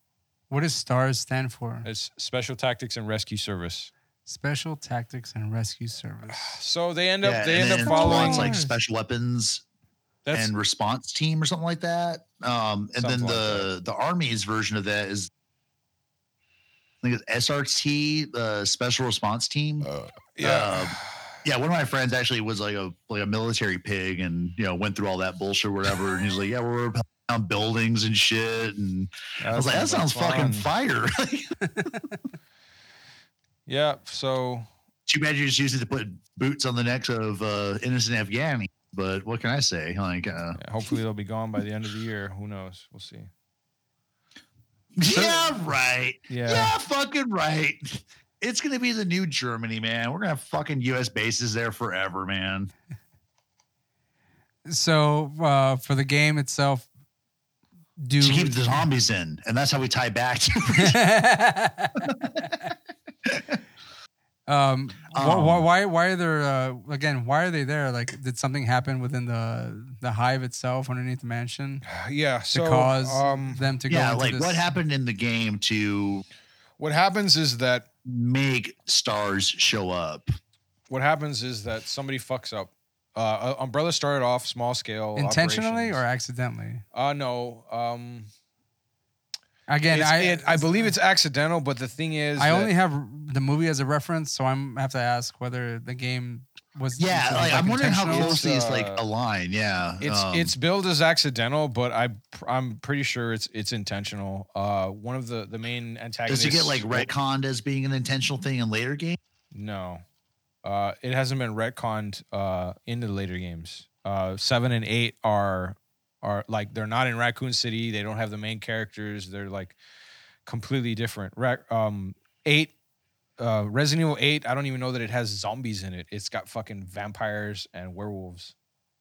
What does STARS stand for? It's Special Tactics and Rescue Service. Special Tactics and Rescue Service. So they end up Yeah, they and end up then following Hmm. SWAT's, like Nice. special weapons that's and response team or something like that. Um, and then Something like the the army's version of that is I think it's SRT, uh, special response team. uh, yeah. yeah, one of my friends actually was like a like a military pig, and you know went through all that bullshit, or whatever. And he's like, yeah, we're repelling down buildings and shit. And I was like, that sounds fun. fucking fire. Yeah. So Too bad you just used it to put boots on the necks of uh, innocent Afghani. But what can I say? Like, uh, yeah, hopefully they'll be gone by the end of the year. Who knows? We'll see. yeah, right. Yeah. Yeah. fucking right. It's gonna be the new Germany, man. We're gonna have fucking U.S. bases there forever, man. So uh, for the game itself, do To keep the zombies in, and that's how we tie back. To um, why, Um, why why why are there uh, again? Why are they there? Like, did something happen within the the hive itself underneath the mansion Yeah. to So cause um, them to go? yeah, into like this? what happened in the game to what happens is that make stars show up? what happens is that somebody fucks up. Uh, Umbrella started off small scale intentionally or operations. accidentally? uh no um Again, it's- I it- I believe it's accidental but the thing is I that- only have the movie as a reference, so I'm I have to ask whether the game was Yeah, like, I'm wondering how intentional. close these like uh, align. Yeah, It's um, it's billed as accidental, but I I'm pretty sure it's it's intentional. Uh, one of the the main antagonists. does it get like retconned as being an intentional thing in later games? No, uh, it hasn't been retconned uh, into the later games. Uh, seven and eight are are like they're not in Raccoon City. They don't have the main characters. They're like completely different. Rac- um, eight. Uh, Resident Evil 8, I don't even know that it has zombies in it. It's got fucking vampires and werewolves.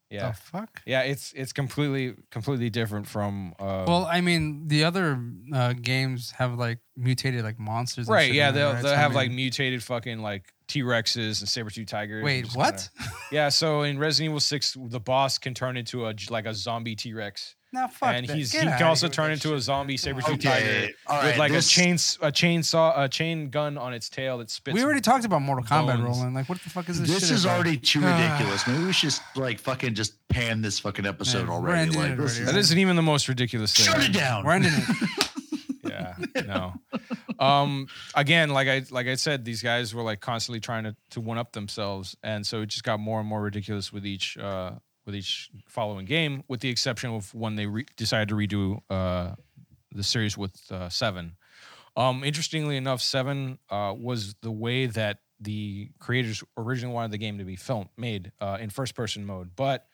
Yeah. The fuck. Yeah, it's it's completely completely different from uh Well, I mean, the other uh, games have like mutated like monsters, and right. shit Yeah, in there, they'll right? they'll So, I have like mean- mutated fucking like T Rexes and saber tooth tigers. and Wait, just what? kinda- yeah, so in Resident Evil Six, the boss can turn into a like a zombie T Rex, No, fuck. and that. he's Get he outta can here also with turn that into shit. a zombie saber on. tooth tiger all with right, like this- a chain a chainsaw a chain gun on its tail that spits. We already talked about Mortal Kombat, bones. Roland. Like, what the fuck is this? This shit is about? already too ridiculous. Maybe we should just like fucking just pan this fucking episode Yeah, we're already. ending Like it this already. That isn't even the most ridiculous is- thing. shut it down. We're ending it. yeah no um again like i like i said these guys were like constantly trying to to one up themselves and so it just got more and more ridiculous with each uh with each following game with the exception of when they re- decided to redo uh the series with uh seven um interestingly enough seven uh was the way that the creators originally wanted the game to be filmed made uh in first person mode but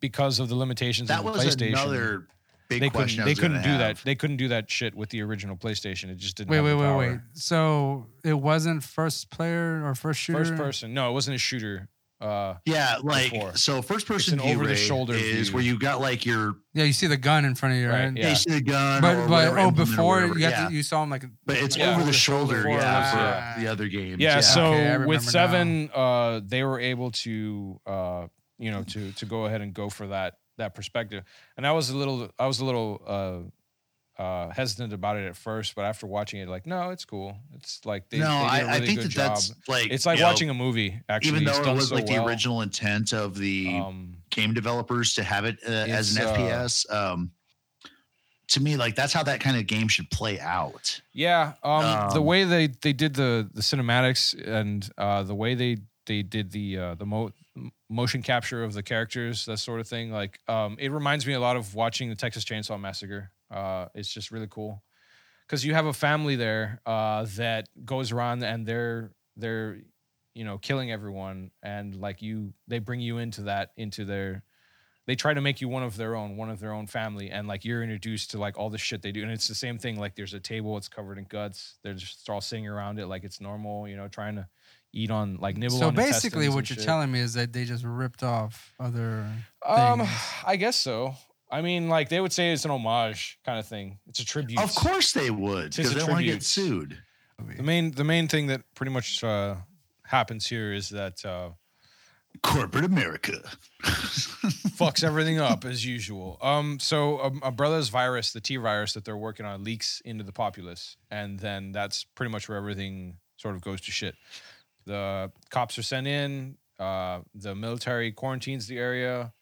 because of the limitations That of the was PlayStation, another big they couldn't, question. I they was gonna couldn't do that. have. They couldn't do that shit with the original PlayStation. It just didn't. Wait, have wait, the wait, power. wait. So it wasn't first player or first shooter. First person. No, it wasn't a shooter. Uh, Yeah, like before. so. First person an view Ray, over-the-shoulder is view. where you got like your Yeah, you see the gun in front of you, Right, right? yeah. yeah. you see the gun, But or but whatever oh, implement or before whatever. you yeah. got to, you saw him like. but it's Yeah. over the shoulder, Before, yeah, yeah. for the other games. yeah, So Okay, I remember with seven, uh, they were able to, uh, you know, to to go ahead and go for that that perspective. And I was a little I was a little uh, uh, hesitant about it at first, but after watching it, like no, it's cool. It's like they, no, they did I, a I really think good that job. that's like it's like you know, watching a movie. Actually, even It's though it done was so like well. the original intent of the Um, game developers to have it uh, as an It's, uh, FPS. Um, to me, like that's how that kind of game should play out. Yeah, um, the Um, way they they did the the cinematics and uh, the way they they did the uh, the mo- m- motion capture of the characters, that sort of thing. Like, um, it reminds me a lot of watching the Texas Chainsaw Massacre. Uh, it's just really cool because you have a family there uh, that goes around and they're they're you know killing everyone and like you they bring you into that into their they try to make you one of their own, one of their own family, and like you're introduced to like all the shit they do, and it's the same thing. Like there's a table, it's covered in guts. They're just all sitting around it like it's normal, you know, trying to eat on like nibble. so on basically, intestines what and you're shit. telling me is that they just ripped off other. Um, things. I guess so. I mean, like they would say it's an homage kind of thing. It's a tribute. Of course they would, Tis because a they don't want to get tribute. sued. The main the main thing that pretty much uh, happens here is that uh, Corporate America. fucks everything up as usual. Um, so um, Umbrella's virus, the T virus that they're working on, leaks into the populace, and then that's pretty much where everything sort of goes to shit. The cops are sent in. Uh, the military quarantines the area,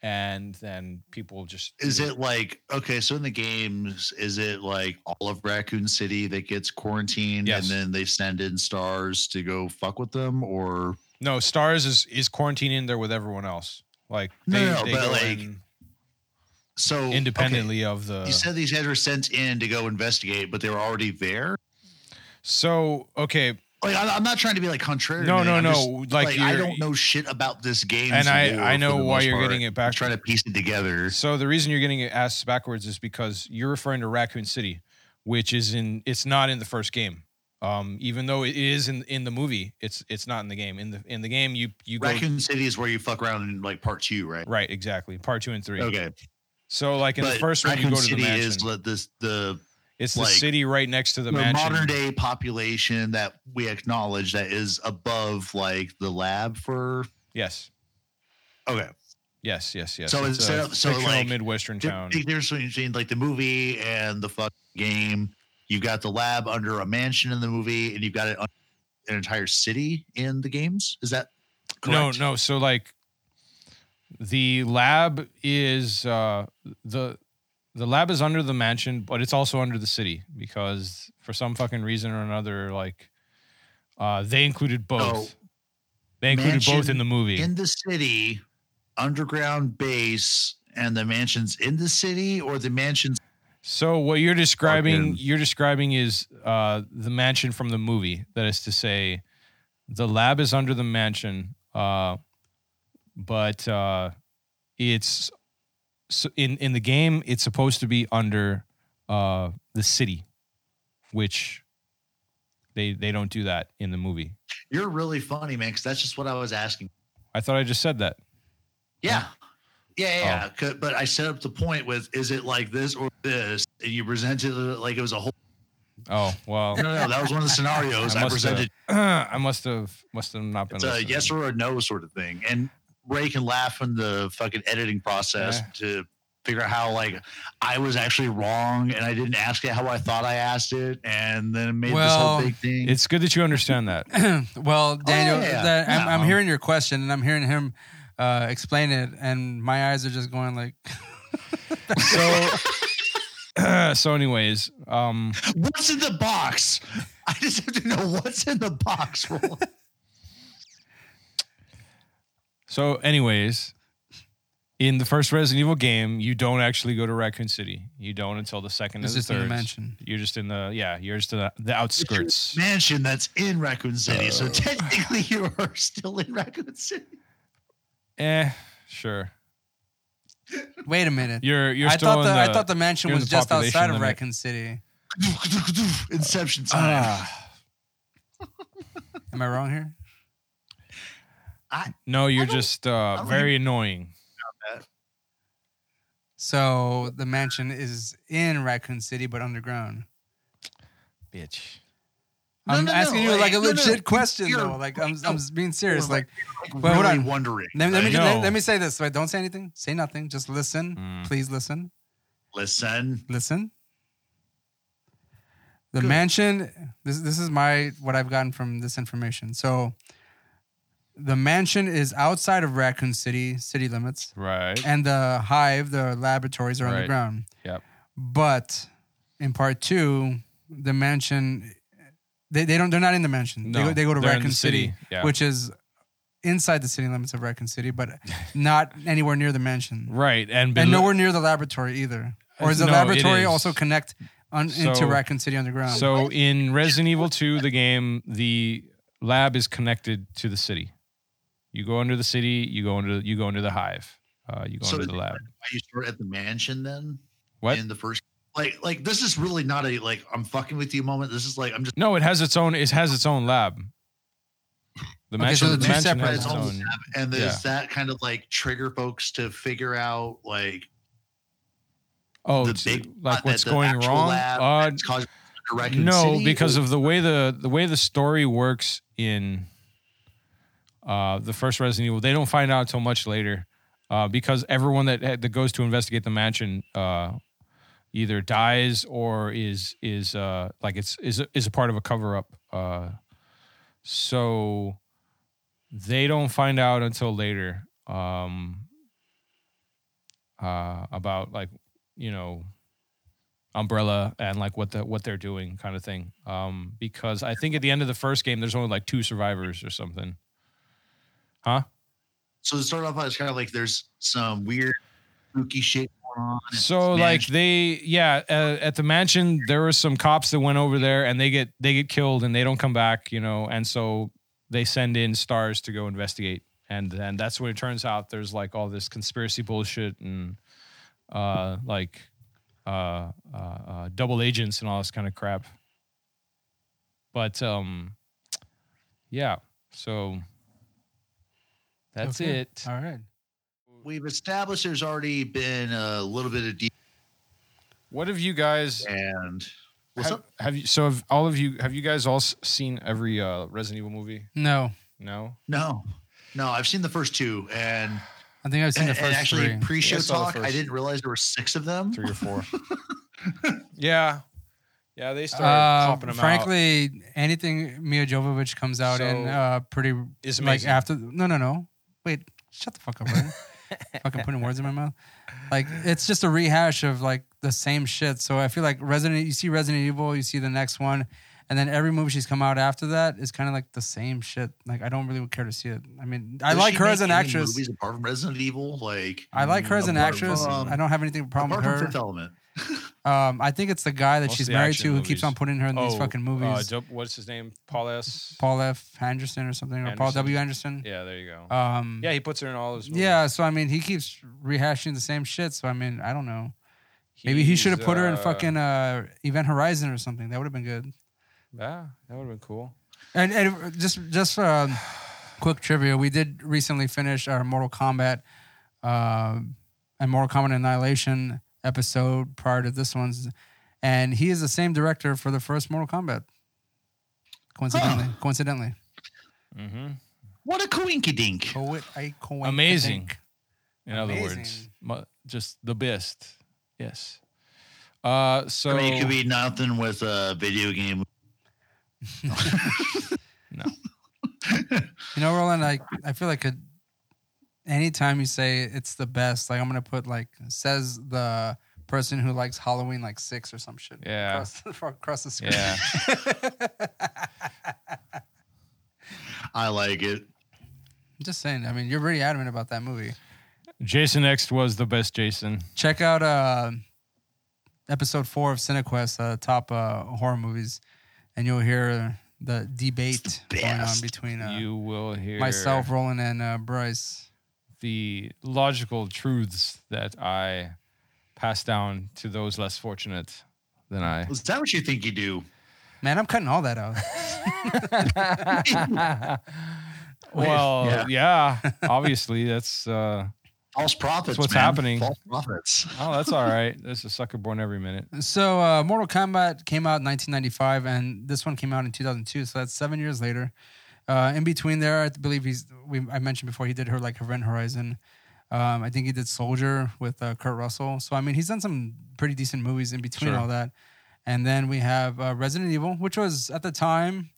and then people just Is it like okay? So in the games, is it like all of Raccoon City that gets quarantined, Yes. and then they send in stars to go fuck with them, or no stars is is quarantined in there with everyone else. Like No, they, no, they but go like, in so okay, independently uh, of the you said these guys were sent in to go investigate, but they were already there. so okay Like I, I'm not trying to be like contrary. No, no, I'm no, just, like, like, I you're- don't know shit about this game, And I- I know why you're getting it back- Trying to piece it together. So the reason you're getting it asked backwards is because you're referring to Raccoon City, which is in it's not in the first game. Um, even though it is in in the movie, it's it's not in the game. In the in the game, you you go Raccoon City is where you fuck around in like part two, right? right exactly part two and three. Okay, So like in the but first one, you Raccoon go to City the mansion. is like this the it's like, the city right next to the, the, mansion. modern day population that we acknowledge that is above like the lab for Yes, okay yes, yes, yes. So it's it's a set up- so, fictional like, midwestern town. big difference between like the movie and the fucking game you've got the lab under a mansion in the movie and you've got it under an entire city in the games is that correct? No, no. So like the lab is uh the the lab is under the mansion, but it's also under the city because for some fucking reason or another, like uh they included both. they included both Mansion in the movie. in the city underground base and the mansions in the city or the mansions so what you're describing Fucking- you're describing is uh the mansion from the movie. That is to say, the lab is under the mansion, uh but uh it's so in in the game it's supposed to be under uh the city which they they don't do that in the movie you're really funny man because that's just what i was asking i thought i just said that Yeah. Yeah, yeah, yeah. Oh. 'Cause- But I set up the point with is it like this or this? And you presented it like it was a whole. oh well No, no, that was one of the scenarios I I, must presented. i must have must have not been It's a listening. yes or a no sort of thing. And Ray can laugh in the fucking editing process Yeah. to figure out how like I was actually wrong and I didn't ask it how I thought I asked it, and then it made Well, this whole big thing. it's good that you understand that well, Daniel, Oh, yeah. that- I'm, I'm No. hearing your question and I'm hearing him uh, explain it, and my eyes are just going like, so so anyways um what's in the box? I just have to know what's in the box. Roland. So, anyways, in the first Resident Evil game, you don't actually go to Raccoon City. You don't until the second "It's and the just in third. the mansion." You're just in the yeah. You're just in the, the outskirts. mansion that's in Raccoon City. so technically, you are still in Raccoon City. eh, sure. Wait a minute. You're you're I still thought in the, the. I thought the mansion you're in was the just population outside of limit. Raccoon City. Inception time. Ah. Am I wrong here? no, you're I don't- just uh, don't very annoying. So the mansion is in Raccoon City, but underground. Bitch. No, I'm no, no, asking you like- like a no, no, legit question you're- though. Like I'm, I'm being serious. We're, Like Like, Well, hold really on. wondering. let, let me like, just- let, No. let me say this. Wait, don't say anything. Say nothing. Just listen. Mm. Please listen. listen. Listen. The Good. mansion. This this is my what I've gotten from this information. So, the mansion is outside of Raccoon City city limits. Right. and the hive, the laboratories are Right. underground. Yep. But in part two, the mansion, they, they don't they're not in the mansion. They No, go, they go to they're in Raccoon the City, Yeah. which is inside the city limits of Raccoon City, but not anywhere near the mansion, right. And, and below- nowhere near the laboratory either. Or is the No, it laboratory is. also connect on, into So- Raccoon City underground? So in Resident Evil 2, the game, the lab is connected to the city. You go under the city. You go under. You go under the hive. Uh, you go So under the- the lab. Why you start at the mansion then? What? in the first? Like, like this is really not a like I'm fucking with you moment. This is like I'm just No, it has its own. It has its own lab. The Okay, mansion, so the the two mansion separate- has its own. and Yeah. there's that kind of like trigger folks to figure out like Oh, the it's big like that what's the going actual wrong? lab Uh, that's causing Raccoon no, City? because of the way the the way the story works in uh, the first Resident Evil, they don't find out until much later. Uh, because everyone that that goes to investigate the mansion uh, either dies or is is uh, like it's is is a part of a cover up. Uh, so they don't find out until later um, uh, about like you know umbrella and like what the what they're doing kind of thing um because i think at the end of the first game there's only like two survivors or something huh so to start off it's kind of like there's some weird spooky shit going on. at so this like mansion. they yeah uh, at the mansion there were some cops that went over there and they get they get killed and they don't come back you know and so they send in stars to go investigate and then that's when it turns out there's like all this conspiracy bullshit and uh like uh, uh, uh double agents and all this kind of crap but um yeah so that's Okay. it all right. we've established there's already been a little bit of deep what have you guys and what's have, up? have you so have all of you have you guys all s- seen every uh resident evil movie No, no No. No, I've seen the first two and, I think I've seen and, the first actually three. pre-show Yeah, I saw the talk, I first. didn't realize there were six of them. three or four yeah yeah they started Uh, popping them out frankly, anything Mia Jovovich comes out in So- uh, pretty It's like amazing. after no no no wait shut the fuck up Ryan. fucking putting words in my mouth like it's just a rehash of like the same shit so I feel like Resident you see Resident Evil you see the next one and then every movie she's come out after that is kind of like the same shit like I don't really care to see it I mean I Does like she her as make an any actress Movies apart from Resident Evil, like I like her as an Apart actress um, from- I don't have anything problem apart with her from Fifth Element. um I think it's the guy that Most she's of the married action to who movies. keeps on putting her in these Oh, fucking uh, movies Dub- what's his name paul s Paul F Anderson or something or Paul Anderson. W Anderson yeah there you go um yeah he puts her in all his movies. Yeah, so I mean, he keeps rehashing the same shit. So I mean, I don't know. Maybe he should have He's, put her in uh, fucking uh, Event Horizon or something. That would have been good. yeah that would have been cool And, and just just um, quick trivia: we did recently finish our Mortal Kombat uh, and Mortal Kombat Annihilation episode prior to this one's, and he is the same director for the first Mortal Kombat. Coincidentally, coincidentally, mm-hmm. What a coinky dink. Coit- I coin- Amazing. I think. in other words Amazing. mu- just the best yes uh so I mean, it could be nothing with a video game. You know, Roland, I I feel like a, anytime you say it's the best, like I'm gonna put like says the person who likes Halloween like six or some shit. Yeah. Across, across the screen. yeah I like it. I'm just saying, I mean, you're very adamant about that movie. jason x was the best jason Check out uh episode four of Cinequest, uh, top uh, horror movies, and you'll hear the debate the going on best. between uh, you will hear myself, Roland, and uh, Bryce. the logical truths that I pass down to those less fortunate than I. Is that what you think you do? Man, I'm cutting all that out. well, Yeah. yeah. obviously that's uh, false prophets. what's man. happening. False prophets. Oh, that's all right. There's a sucker born every minute. So, uh, Mortal Kombat came out in 1995, and this one came out in 2002. So that's seven years later. Uh, in between there, I believe he's. We, I mentioned before he did her like Event Horizon. Um, I think he did Soldier with uh, Kurt Russell. So I mean, he's done some pretty decent movies in between Sure. all that. And then we have uh, Resident Evil, which was at the time,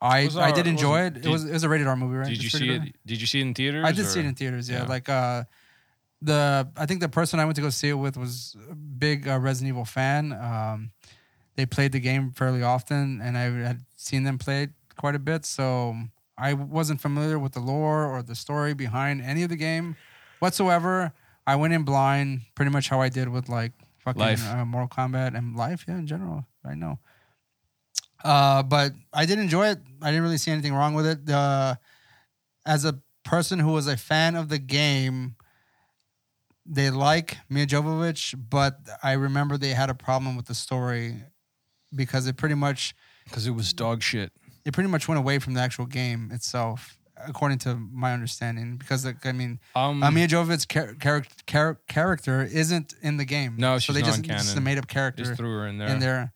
I Was I our- did was enjoy it. it- It, did- was it was a rated R movie, right? Did you It's see rated R. it? Did you see it in theaters? I did see or- it in theaters. Yeah, Yeah. like uh, the I think the person I went to go see it with was a big uh, Resident Evil fan. Um, they played the game fairly often, and I had seen them play it quite a bit, so I wasn't familiar with the lore or the story behind any of the game whatsoever. I went in blind, pretty much how I did with like fucking Life. Uh, Mortal Kombat and life, yeah, in general. I know. Uh, but I did enjoy it. I didn't really see anything wrong with it. Uh, as a person who was a fan of the game, they like Mia Jovovich, but I remember they had a problem with the story because it pretty much because it was dog shit. it pretty much went away from the actual game itself, according to my understanding. Because like, I mean, Um, uh, Mia Jovovich's char- char- char- character isn't in the game. No, so she's they not just in canon. just a made up character just threw her in there. in there.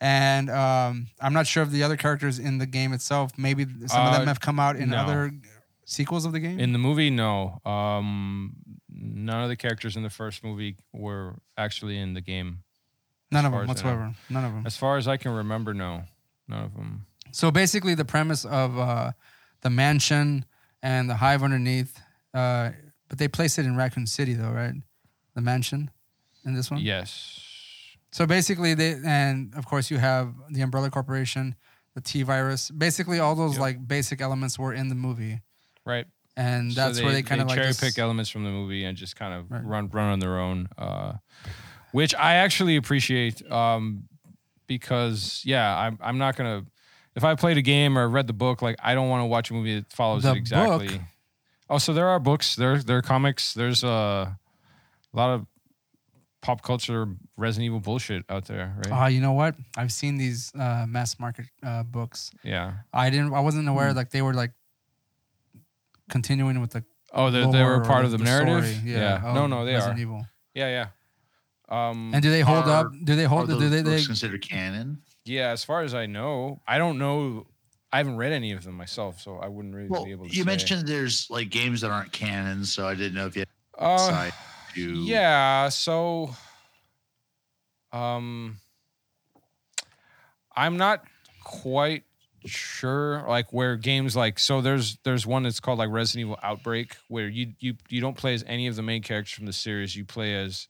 And um, I'm not sure if the other characters in the game itself. Maybe some of Uh, them have come out in no. other sequels of the game. In the movie, no. Um, none of the characters in the first movie were actually in the game. None as of far as them I know. whatsoever. None of them. As far as I can remember, no. None of them. So basically, the premise of uh, the mansion and the hive underneath, uh, but they placed it in Raccoon City, though, right? The mansion in this one. Yes. So basically, they and of course you have the Umbrella Corporation, the T virus. Basically, all those Yep. like basic elements were in the movie, Right. and So that's where they kind of like cherry just- pick elements from the movie and just kind of Right. run run on their own, uh, which I actually appreciate um, because yeah, I'm I'm not gonna if I played a game or read the book, like I don't want to watch a movie that follows The it exactly. book? Oh, so there are books, there there are comics, there's uh, a lot of pop culture Resident Evil bullshit out there, right? Ah, you know what? I've seen these uh, mass market uh, books. yeah. I didn't. I wasn't aware Hmm. like they were like continuing with the Oh, they they lore were or part of the, narrative. story. Yeah. of no, no, they Resident are. Evil. Yeah, yeah. Um, And do they hold Are- up? Do they Are hold? those Do they, they books considered canon? Yeah, as far as I know, I don't know. I haven't read any of them myself, so I wouldn't really Well, be able to. you say. mentioned there's like games that aren't canon, so I didn't know if you had Uh, side to yeah. So, um, I'm not quite sure like where games like so there's there's one that's called like Resident Evil Outbreak where you you you don't play as any of the main characters from the series you play as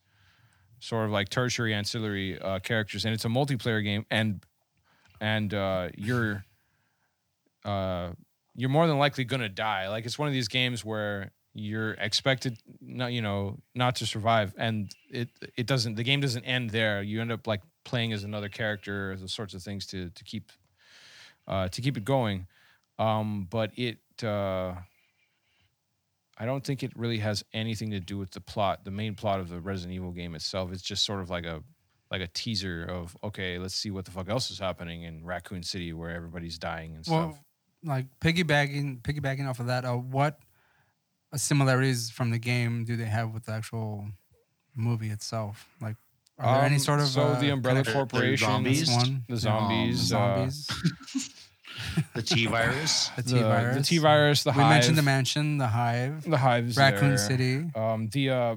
sort of like tertiary ancillary uh, characters and it's a multiplayer game and and uh you're uh you're more than likely gonna die like it's one of these games where you're expected not you know not to survive and it it doesn't the game doesn't end there you end up like playing as another character those sorts of things to to keep uh to keep it going um but it uh I don't think it really has anything to do with the plot, the main plot of the Resident Evil game itself. It's just sort of like a like a teaser of okay, let's see what the fuck else is happening in Raccoon City where everybody's dying and stuff. well, like piggybacking piggybacking off of that? Uh, what similarities from the game do they have with the actual movie itself? Like, are there any Um, sort of so uh, the Umbrella connection- Corporation, zombies? One the zombies, the uh, zombies, the T virus. the T the, virus, the T virus, the We hive, mentioned the mansion, the hive, the hives, Raccoon there. City. um, the uh,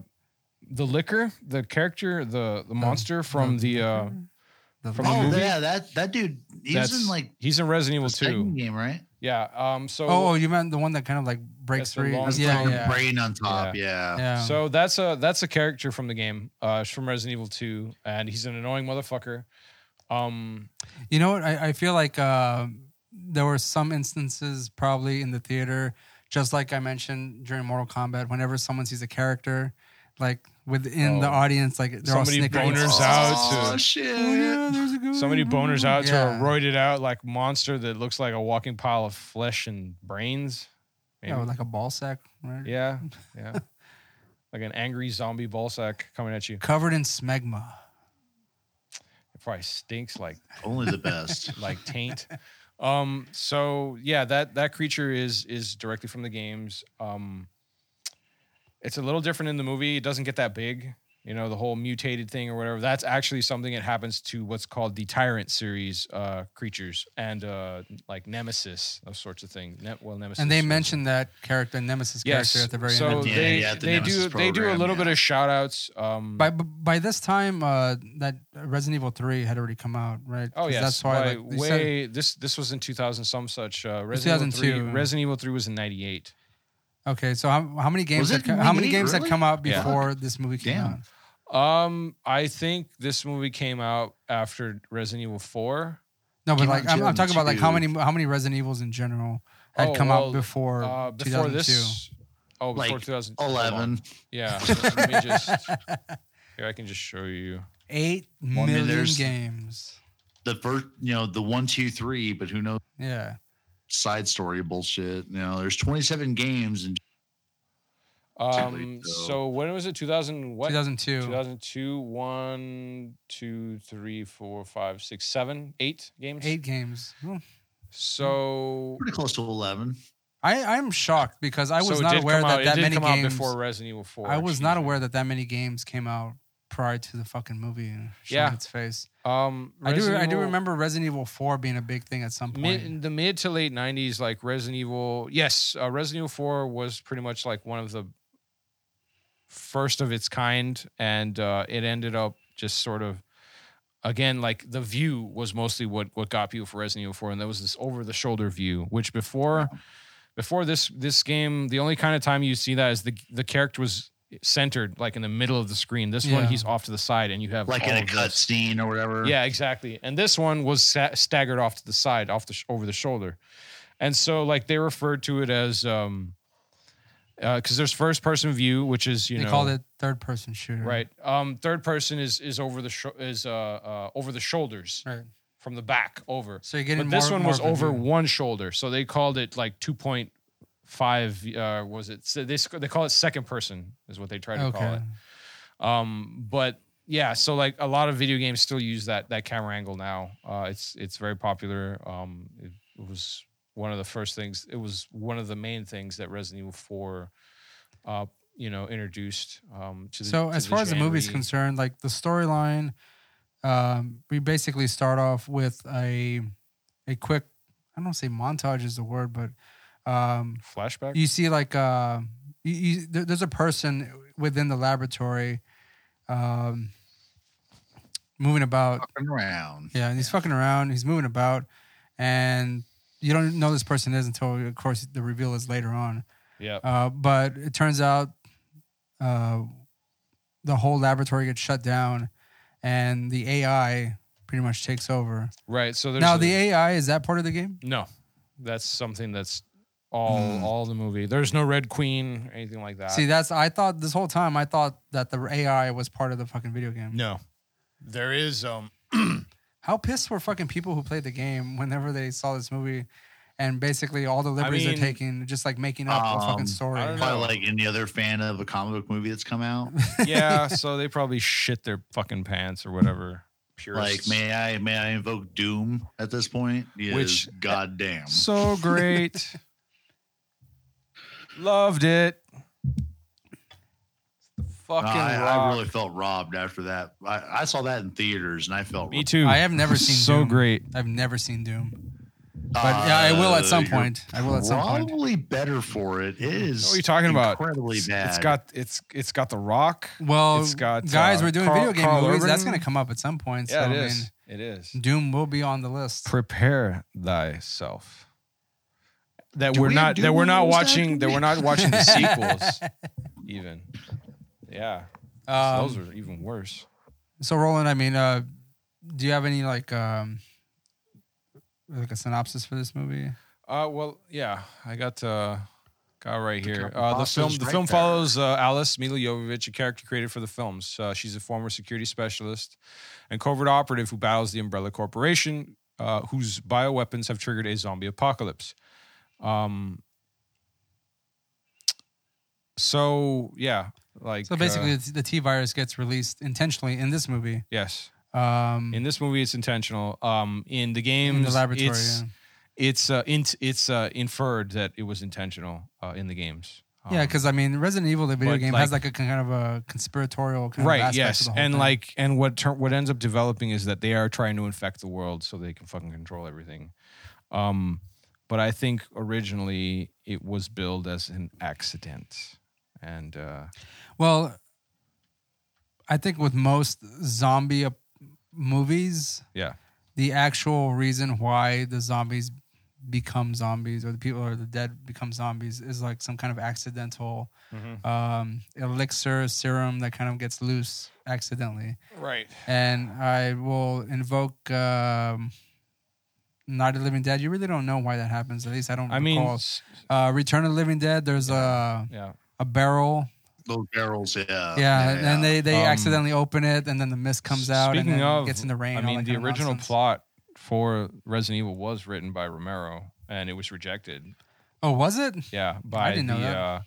the liquor, the character, the the monster from the, uh, the from the liquor, Oh movie? yeah, that that dude. He's that's in like he's in Resident the Evil second two. game, right? Yeah. Um. So Oh, you meant the one that kind of like That's breaks the through? long Yeah, thing. Like yeah, brain on top. Yeah. yeah. So that's a that's a character from the game, uh, it's from Resident Evil 2, and he's an annoying motherfucker. Um, You know what? I, I feel like uh, there were some instances probably in the theater, just like I mentioned during Mortal Kombat, whenever someone sees a character, like within the Oh. audience, like they're all Somebody snickering. boners Oh, out. oh, to- shit. yeah, there's a good somebody one. boners out to Yeah. a roided out like monster that looks like a walking pile of flesh and brains. Yeah, maybe. with, like a ball sack. Right? yeah, yeah. like an angry zombie ball sack coming at you. Covered in smegma. It probably stinks like Only the best. like taint. Um, so yeah, that that creature is is directly from the games. Um, It's a little different in the movie. It doesn't get that big. You know, the whole mutated thing or whatever. That's actually something that happens to what's called the Tyrant series uh, creatures and uh, like Nemesis, those sorts of things. Ne- well, Nemesis. And they was- mentioned that character, Nemesis yes. character, at the very so end. Of the Yeah, they, yeah, at the they Nemesis do they do a program, little bit yeah. of shout outs. Um, by by this time, uh, that Resident Evil Three had already come out, right? Oh 'Cause yes, that's why. Why- like, they said- way this this was in two thousand some such. Uh, Resident Evil 2002. three. Resident Evil three was in ninety eight. okay, so how, how many games? Was Had, it co- how many 98, games had really? come out Yeah. before this movie came Damn. out? Um, I think this movie came out after Resident Evil four. No, but Came out like in I'm, I'm talking about like how 2002. many how many Resident Evils in general had Oh, come well, out before Uh, before 2002. this. Oh, before Like, 2000. hold on. 11. Yeah. Let me just. Here, I can just show you. Eight I mean, million there's- games. The first, you know, the one, two, three, but who knows? Yeah, Side story bullshit. You know, there's 27 games and Um, so- so when was it? 2000 what? 2002. 2002, one, two, three, four, five, six, seven, eight games. Eight games. Hmm. So pretty close to 11. I I'm shocked because I was so it not did aware come out, that it that did many come games. out before Resident Evil 4. I was not excuse aware that that many games came out prior to the fucking movie showing Yeah. its face. me. Um, I do I do Resident Evil- remember Resident Evil 4 being a big thing at some mid, point. in the mid to late 90s like resident evil yes uh, resident evil 4 was pretty much like one of the first of its kind and uh, it ended up just sort of again like the view was mostly what what got people for resident evil 4 and that was this over the shoulder view which before before this this game the only kind of time you see that is the the character was centered like in the middle of the screen this one Yeah. he's off to the side and you have Like in all a of cut this. scene or whatever. Yeah, exactly. And this one was sta- staggered off to the side, off the sh- over the shoulder, and so like they referred to it as um, because there's first person view, which is you they know called it third person shooter. right. Um, third person is is over the sho is uh, uh over the shoulders Right. from the back over, So you're getting but this more- one more was of a over view. one shoulder, so they called it like two point five. Uh, was it? So they sc- they call it second person is what they try to call it. Okay. Um, but yeah, so like a lot of video games still use that that camera angle now. Uh, it's it's very popular. Um, it, it was one of the first things. It was one of the main things that Resident Evil Four, uh, you know, introduced. Um, to the, So to as far as the movie's genre. concerned, like the storyline, um, we basically start off with a a quick I don't say montage is the word, but um, flashback. you see like uh, you, you, there- there's a person within the laboratory um, moving about. Fucking around. Yeah, and he's fucking around. He's moving about, and you don't know this person is until, of course, the reveal is later on. yeah, Uh, but it turns out uh, the whole laboratory gets shut down, and the AI pretty much takes over. right. So there's now, a- the AI is that part of the game? no, that's something that's all Mm. all the movie. There's no Red Queen or anything like that. Hmm. See, that's I thought this whole time I thought that the AI was part of the fucking video game. no, there is um. How pissed were fucking people who played the game whenever they saw this movie, and basically all the liberties mean- they're taking, just like making up a fucking Um, story. I don't Probably No. like any other fan of a comic book movie that's come out. Yeah, so they probably shit their fucking pants or whatever. like, Purists. may I may I invoke Doom at this point? Yes, Which- uh, goddamn. So great. Loved it. The Uh, fucking I, I rock. really felt robbed after that. I, I saw that in theaters and I felt Me too. I have never seen so Doom. great. I've never seen Doom, but yeah, I will at some Uh, you're point. I will at some point. Probably better for it. It is. What are you talking about? Incredibly It's- bad. It's got it's it's got the rock. Well, It's got, guys, uh, we're doing Carl- video game Carl movies. That's Urban. going to come up at some point. Yeah, so, it I is. It is. mean, Doom will be on the list. Prepare thyself. That Do we're we not do that we're not those watching after that we- we're not watching the sequels even. Yeah. Um, those are even worse. so, Roland, I mean, uh, do you have any like um, like a synopsis for this movie? Uh, well, yeah, I got uh, got right here. couple Uh, the bosses film the right film there. follows uh, Alice Mila Jovovich, a character created for the films. Uh, she's a former security specialist and covert operative who battles the Umbrella Corporation, uh, whose bioweapons have triggered a zombie apocalypse. Um. So yeah, like So basically, uh, it's the T virus gets released intentionally in this movie. yes. Um, In this movie, it's intentional. Um, in the games, in the laboratory. it's yeah. it's uh, in, it's uh, inferred that it was intentional uh, in the games. yeah, Um, because I mean, Resident Evil, the video but, game, has like- like a kind of a conspiratorial kind Of right aspect yes to the whole and thing. like and what tur what ends up developing is that they are trying to infect the world so they can fucking control everything um but i think originally it was billed as an accident and uh well, I think with most zombie ap- movies, yeah the actual reason why the zombies become zombies or the people or the dead become zombies is like some kind of accidental um, elixir serum that kind of gets loose accidentally. right And I will invoke um, Night of the Living Dead. You really don't know why that happens. At least I don't. i mean recall. s- uh, Return of the Living Dead. There's a yeah a barrel. Little barrels, yeah. Yeah, Yeah, and then they they Um, accidentally open it, and then the mist comes out, and Speaking then of, it gets in the rain. i all mean that the kind of original nonsense. plot for resident evil was written by romero and it was rejected Oh, was it? yeah by didn't the know that. uh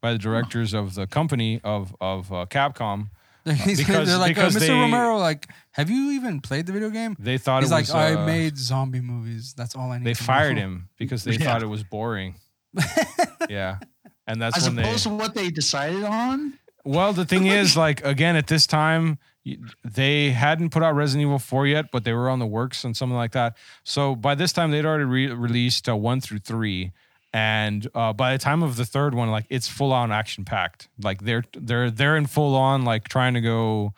by the directors of the company of of uh, capcom Because, because- they're like, uh, because Mr. they- Romero, like, have you even played the video game? they thought He's it like, was I uh, made zombie movies. That's all I need. They to know." fired him because they Yeah. thought it was boring. yeah. And that's As when they opposed to what they decided on, Well, the thing is like again at this time y- they hadn't put out Resident Evil 4 yet, but they were on the works and something like that. So by this time they'd already re- released uh, 1 through 3 and uh, by the time of the third one like it's full on action packed. Like they're they're they're in full on like trying to go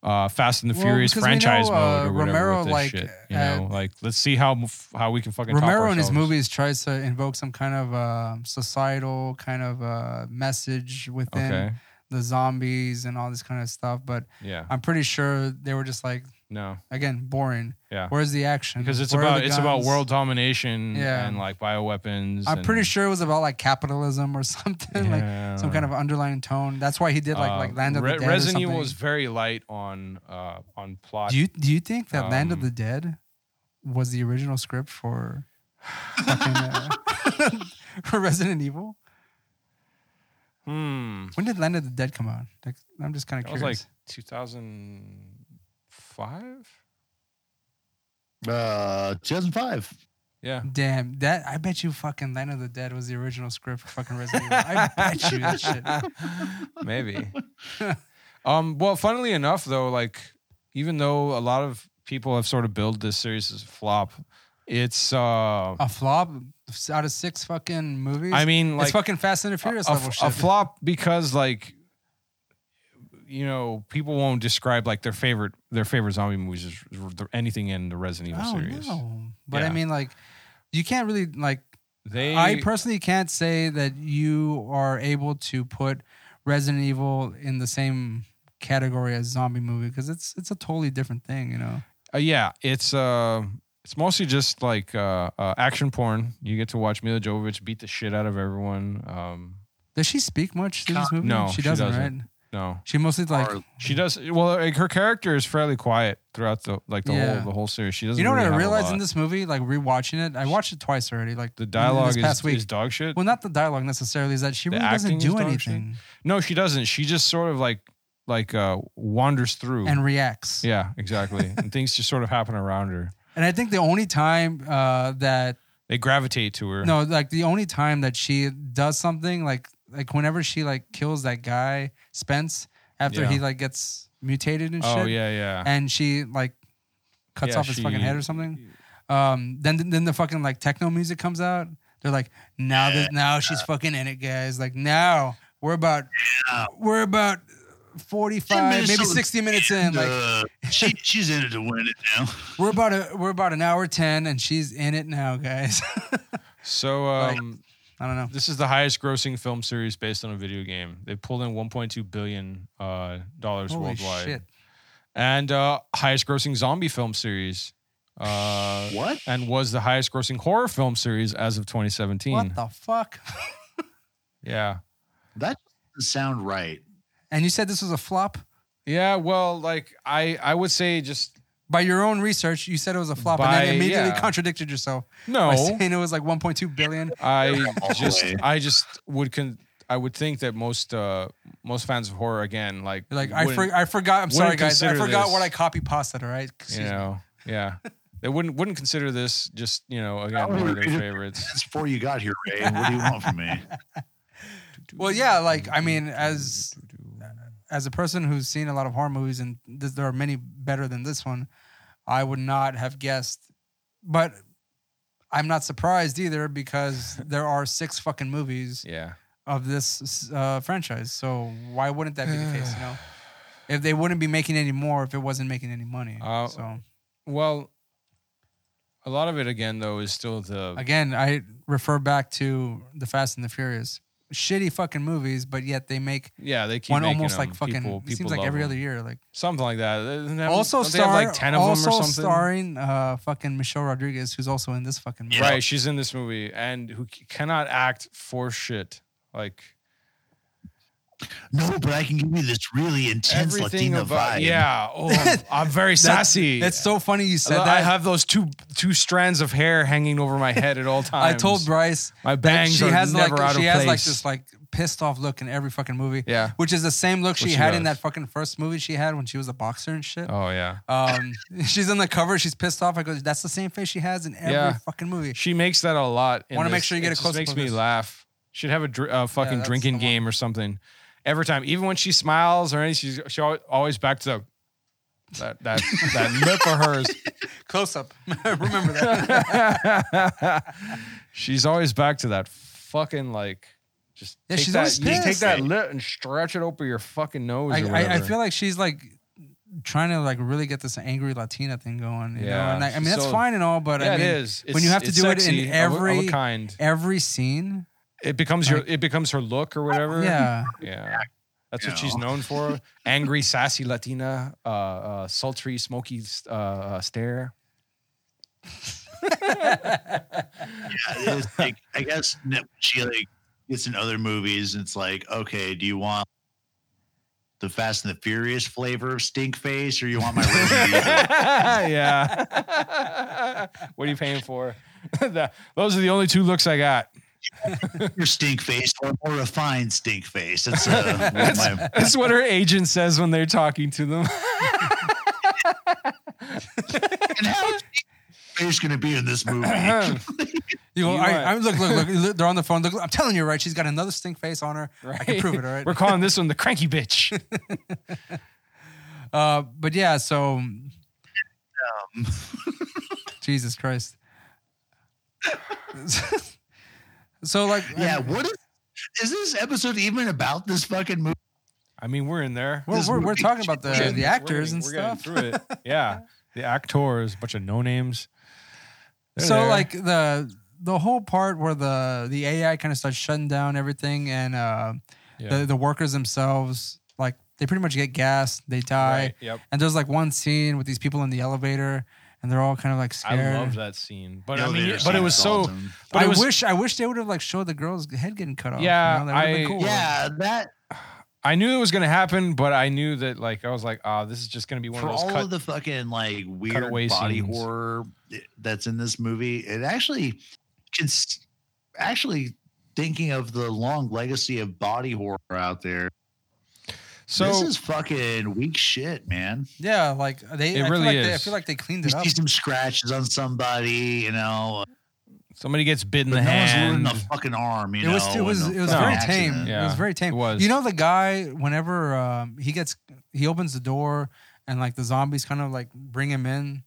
uh, Fast and the Well, Furious because we know, franchise uh, mode or whatever Romero, with this like, shit, you had- know, like let's see how how we can fucking top Romero in his ourselves. movies tries to invoke some kind of uh, societal kind of uh, message within Okay. the zombies and all this kind of stuff. But Yeah. I'm pretty sure they were just like, No. again, boring. Yeah. Where's the action? because it's Where are about the it's about guns? world domination Yeah. and like bioweapons. I'm and- pretty sure it was about like capitalism or something, like Yeah. some kind of underlying tone. That's why he did like like Uh, Land of Re- the Dead. Resident or Evil something. was very light on uh on plot. Do you do you think that Land of Um, the Dead was the original script for fucking, uh, for Resident Evil? hmm. When did Land of the Dead come out? Like, I'm just kind of That was curious. like 2005. uh, 2005. Yeah. Damn, that I bet you fucking Land of the Dead was the original script for fucking Resident Evil. I bet you that shit. Maybe. um, well, funnily enough, though, like even though a lot of people have sort of billed this series as a flop, it's uh, A flop out of six fucking movies. I mean, like it's fucking Fast and the Furious a, a- level a shit. flop because like you know people won't describe like their favorite their favorite zombie movies is r- anything in the Resident Evil Oh series. no, but I Yeah. mean, like, you can't really like. They I personally can't say that you are able to put Resident Evil in the same category as zombie movie because it's it's a totally different thing, you know. uh, yeah, it's uh it's mostly just like uh, uh action porn. You get to watch Mila Jovovich beat the shit out of everyone. Um Does she speak much through this movie? No, she she doesn't, doesn't. right? no. She mostly like Or- She does well like her character is fairly quiet throughout the like the Yeah. whole the whole series. She doesn't you know really what I have a realized in lot. this movie, like rewatching it, I watched it twice already. Like the in dialogue this past is, week. is dog shit. well, not the dialogue necessarily, is that she The really doesn't acting is do dog shit. anything No, she doesn't. She just sort of like like uh wanders through and reacts. Yeah, exactly. and things just sort of happen around her. And I think the only time uh, that They gravitate to her. No, like the only time that she does something, like like whenever she like kills that guy Spence after Yeah. he like gets mutated and Oh shit, yeah, yeah. and she like cuts Yeah, off his she- fucking head or something. Um, then then the fucking like techno music comes out. They're like, now this, now she's fucking in it, guys. Like now we're about we're about forty 10 five, minutes maybe of- sixty minutes in. Like Uh, she, she's in it to win it now. we're about a we're about an hour ten, and she's in it now, guys. So um, I don't know. this is the highest grossing film series based on a video game. They pulled in 1.2 billion uh, dollars Holy worldwide, shit. and uh, highest grossing zombie film series, uh, What? and was the highest grossing horror film series as of 2017. What the fuck? yeah, That doesn't sound right. And you said this was a flop? yeah. Well, like I, I would say just By your own research, you said it was a flop, and By- then immediately yeah. contradicted yourself by no. saying it was like 1.2 billion. I just, way. I just would con. I would think that most uh most fans of horror again like You're like, I, wouldn't- for, I forgot. I'm sorry, wouldn't guys. I consider forgot this. what I copy pasted. All right. Excuse you me. know, yeah. They wouldn't wouldn't consider this just you know again Probably one of their read it. favorites. That's before you got here, Ray. What do you want from me? Well, yeah, like, I mean, as- as a person who's seen a lot of horror movies, and th- there are many better than this one, I would not have guessed. But I'm not surprised either because there are six fucking movies Yeah. of this uh, franchise. So why wouldn't that be the case? You know, if they wouldn't be making any more if it wasn't making any money. Uh, so Well, a lot of it again though is still the again, I refer back to the Fast and the Furious. Shitty fucking movies, but yet they make yeah they keep one making almost them. like fucking. People- it people seems like love every them. other year, like. something like that. Don't they have- also don't they have star, like ten of also them or something. starring uh, fucking Michelle Rodriguez, who's also in this fucking movie. Right, she's in this movie and who c- cannot act for shit. Like No, but I can give you this really intense everything Latina about vibe. yeah. Oh, I'm- I'm very sassy. That's so funny you I said lo- that. I have those two two strands of hair hanging over my head at all I times. told Bryce my that bangs she are has never like out of she has place. like this like pissed off look in every fucking movie. yeah. Which is the same look she, she had in does. that fucking first movie she had when she was a boxer and shit. Oh yeah. Um, she's on the cover. She's pissed off. I go, that's the same face she has in every Yeah. fucking movie. She makes that a lot. in Wanna make this. sure you get It a just close-up Makes of me this. laugh. Should have a dr- uh, fucking that's the drinking one. game or something. Every time, even when she smiles or anything, she's she always, always back to the, that that that lip of hers. Close up. Remember that. she's always back to that fucking like just Yeah, take she's that, always you just take pissed. that lip and stretch it over your fucking nose. I, or I, I whatever. feel like she's like trying to like really get this angry Latina thing going. You know? Yeah, and I, I mean she's that's so- fine and all, but yeah, I mean it is. when you have to it's do it in sexy of a- of a every- kind, every scene. it becomes your it becomes her look or whatever. Yeah, yeah. That's what You she's know. known for: angry, sassy Latina, uh, uh, sultry, smoky uh, uh, stare. Yeah, it's like, I guess no, she like gets in other movies, and it's like, okay, do you want the Fast and the Furious flavor of stink face, or you want my Resident Evil? yeah. what are you paying for? The- Those are the only two looks I got. your stink face or more refined stink face? That's uh, one of That's, my, that's what her agent says when they're talking to them. and how is stink face going to be in this movie? you go. You I, want- I'm look, look, look, look. They're on the phone. Look, I'm telling you, right? She's got another stink face on her. Right? I can prove it. All right. We're calling this one the cranky bitch. Uh, but yeah, so. Jesus Christ. so like yeah, what is? Is this episode even about this fucking movie? I mean, we're in there. we're, this we're, we're movie- talking about the, Shit, the actors and we're getting- stuff. We're getting through it. Yeah. The actors, a bunch of no names. They're so there. like the the whole part where the the AI kind of starts shutting down everything and uh, Yeah. the the workers themselves like they pretty much get gassed, they die, Right, Yep. and there's like one scene with these people in the elevator and they're all kind of like scared. I love that scene, but I mean, Elevator but it scene was is so. awesome. But I it was, wish I wish they would have like showed the girl's head getting cut off. Yeah, you know? that would've been I- cool. Yeah, that I knew it was going to happen, but I knew that like I was like, ah, this is just going to be one for of those all cut. of the fucking like weird cutaway body scenes. horror that's in this movie, it actually cons- actually thinking of the long legacy of body horror out there. this so is fucking weak shit, man. yeah, like they. It I feel really like They, I is. feel like they cleaned You it up. see some scratches on somebody, you know, somebody gets bit in but the no one's hand. losing the fucking arm. You It know, was, it was in it a was No. very fucking tame. accident. It was Yeah, very tame. it was. You know the guy whenever um, he gets he opens the door and like the zombies kind of like bring him in.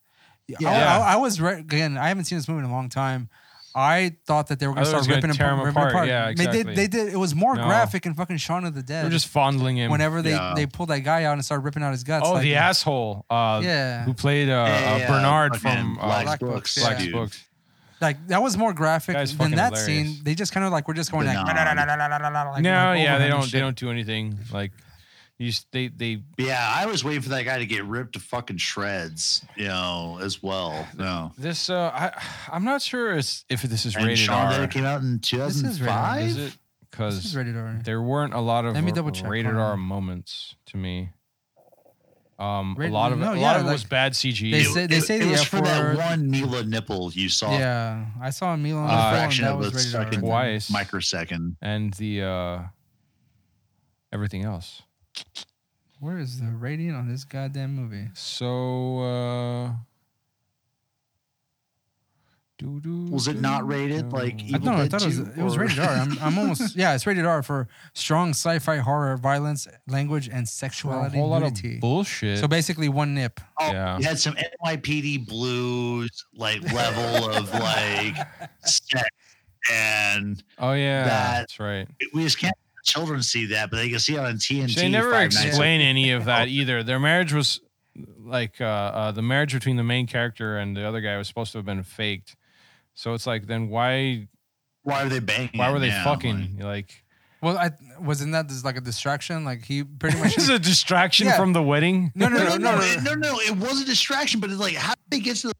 I- Yeah. I, I was re- again. I haven't seen this movie in a long time. I thought that they were I gonna thought it start was gonna ripping him, tear him ripping apart. Yeah, exactly. They did. They did. It was more No. graphic in fucking Shaun of the They're Dead. just fondling him. whenever they Yeah. they pulled that guy out and started ripping out his guts. oh, like- the asshole. Uh, Yeah, Who played uh, Yeah, uh, yeah, Bernard fucking from uh, Black, Black Books, Books, Black's dude. Books. like that was more graphic Guy's than fucking that hilarious. scene. They just kind of like were just going like, Nah. like no, like, yeah, over they him and don't. They shit. don't do anything. Like you, s- they, they. Yeah, I was waiting for that guy to get ripped to fucking shreds, you know, as well. No. This, uh, I, I'm not sure it's, if this is And rated Shaun of the R. Dead came out in is rated R. 2005. Is it? This is Because rated R. there weren't a lot of Let me r- double check, rated hold on. R moments to me. Um, Rated- a lot of no, a yeah, lot of it was like, bad E CG. they say- it the was F for that word. one Mila nipple you saw Yeah, I saw a meal on Uh, the phone, fraction that of was a rated second. R. twice microsecond. and the uh, everything else. Where is the rating on this uh, goddamn movie? So uh, Was it not rated like I, Evil no, I Dead thought it was, 2, it was or- rated R. I'm, I'm almost yeah, it's rated R for strong sci-fi horror, violence, language, and a sexuality. whole lot of nudity. bullshit? so basically, one nip. Oh, Yeah. You had some NYPD blues like level of like sex, and oh yeah, that- that's right. we just can't let children see that, but they can see it on TNT. They never five nights a explain any of that either. Their marriage was like uh, uh, the marriage between the main character and the other guy was supposed to have been faked. So it's like, then why Why were they banging? why were they Yeah, fucking like? Well, I wasn't that this like a distraction? Like he pretty much. This is a distraction Yeah. from the wedding, no, no, Like, no, no, no, no. it- no, no, It was a distraction, but it's like how did they get to the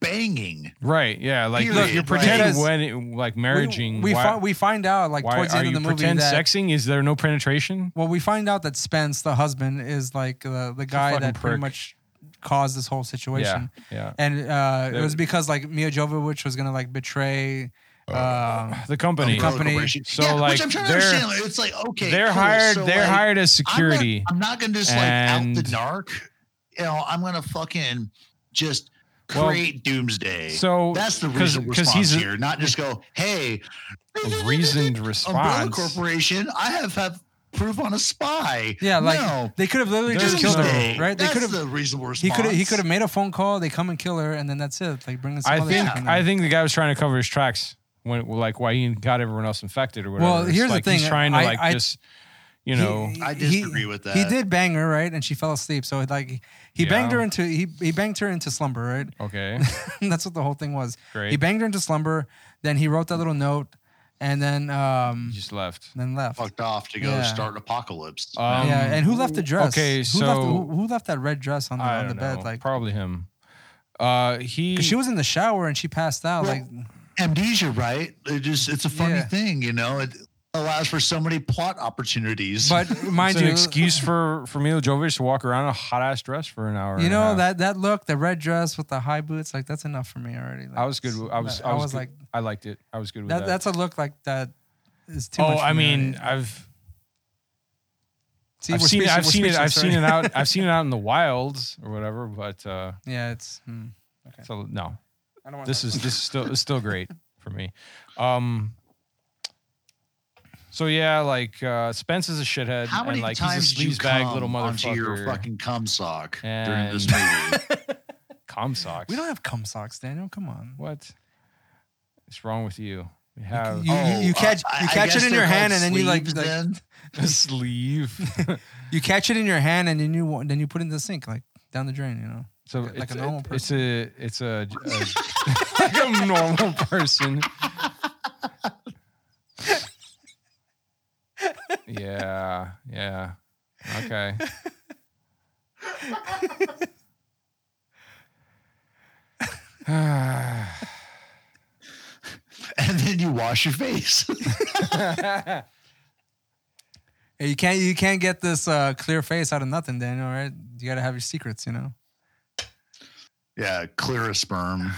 banging? right? Yeah, like Period, you're right. pretending Because wedding, like marryaging. We, we, why, fi- we find out like why towards the are end of you the movie pretend that sexing? Is there no penetration? well, we find out that Spence, the husband, is like uh, the guy fucking that pretty prick. much caused this whole situation. Yeah, And uh, it The- was because like Mia Jovovich was gonna like betray. Oh. Um, the company. The company. So, yeah, like, which I'm trying to they're- understand. Like, it's like okay, they're cool, hired. so, they're like, hired as I'm not- security. I'm not, gonna just like out the And- dark. You know, I'm gonna fucking just Well, create doomsday. so That's the because reason response he's here, not just go, hey, a reasoned Umbrella response. Corporation, I have had proof on a spy. yeah, like no, they could have literally They're just killed killed her, her, Doomsday. right? They That's could have. the reasonable He response. could he could have made a phone call. They come and kill her, and then that's it. Like bring in some I other think chick in there. I think the guy was trying to cover his tracks when like why he got everyone else infected or whatever. Well, It's here's the like He's thing, trying to I- like I- just you know I he- disagree with He that. did bang her right, and she fell asleep. So it, like he banged Yeah. her into he he banged her into slumber, right? okay that's what the whole thing was. great. He banged her into slumber. Then he wrote that little note, and then um He just left. then left. fucked off to go Yeah. Oh, start an apocalypse. Um, yeah, and who left the dress? okay, who so- left, who, who left that red dress on the, I on don't the know. bed? Like, probably him. Uh, he 'cause she was in the shower and she passed out. Well, like, Amnesia, right? It just it's a funny Yeah. thing, you know. It allows for so many plot opportunities. but it's mind an you, excuse for for Mila Jovovich to walk around in a hot ass dress for an hour. You and a know half. that that look, the red dress with the high boots, like that's enough for me already. Like, I was good. with- I was. I was, good- like I liked it. I was good with that, that. That's a look like that is too oh, much. for I me mean, already. I've See, I've we're seen it. speechless- I've we're seen it. I've speechless seen it already. out. I've seen it out in the wilds or whatever. But uh, Yeah, it's. hmm. so no, I don't want this is this is still it's still great for me. Um. So yeah, like uh, Spence is a shithead. How many and, like, times did you he's a sleazebag come little onto motherfucker? your fucking cum sock during this movie? And- Cum socks. We don't have cum socks, Daniel. Come on. what? What's wrong with you? We have You, you, you Oh, catch I- you I catch guess it in they're your hand called and then you like, sleeves like- then? a sleeve. you catch it in your hand and then you wa- then you put it in the sink like down the drain. You know. So Like it's, a normal it- It's a it's a, a like a normal person. yeah, yeah. Okay. and then you wash your face. Yeah, You can't you can't get this uh, clear face out of nothing, Daniel. Right? You got to have your secrets. You know. yeah, clear a sperm.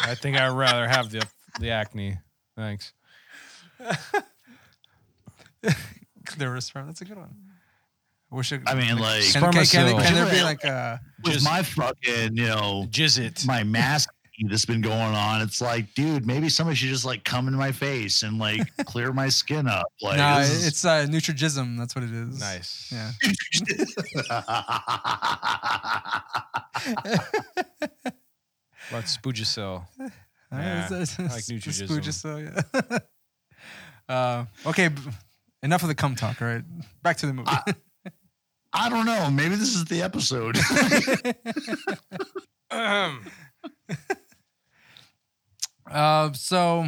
I think I'd rather have the the acne. Thanks. Clearest from that's a good one. We should. I mean, like can, can, can, Spermacil. can there be like uh, a with just- my fucking, you know, Jizz it. my mask that's been going on. It's like, dude, maybe somebody should just like come in my face and like clear my skin up. Like, nah, this is- it's uh, Nutrigism. That's what it is. Nice. Yeah. About Spugicel. Yeah, I like Nutrigism. Nutrigism. yeah. uh, okay. b- Enough of the cum talk. All right. Back to the movie. I don't know. Maybe this is the episode. Ahem. Ah. Uh, so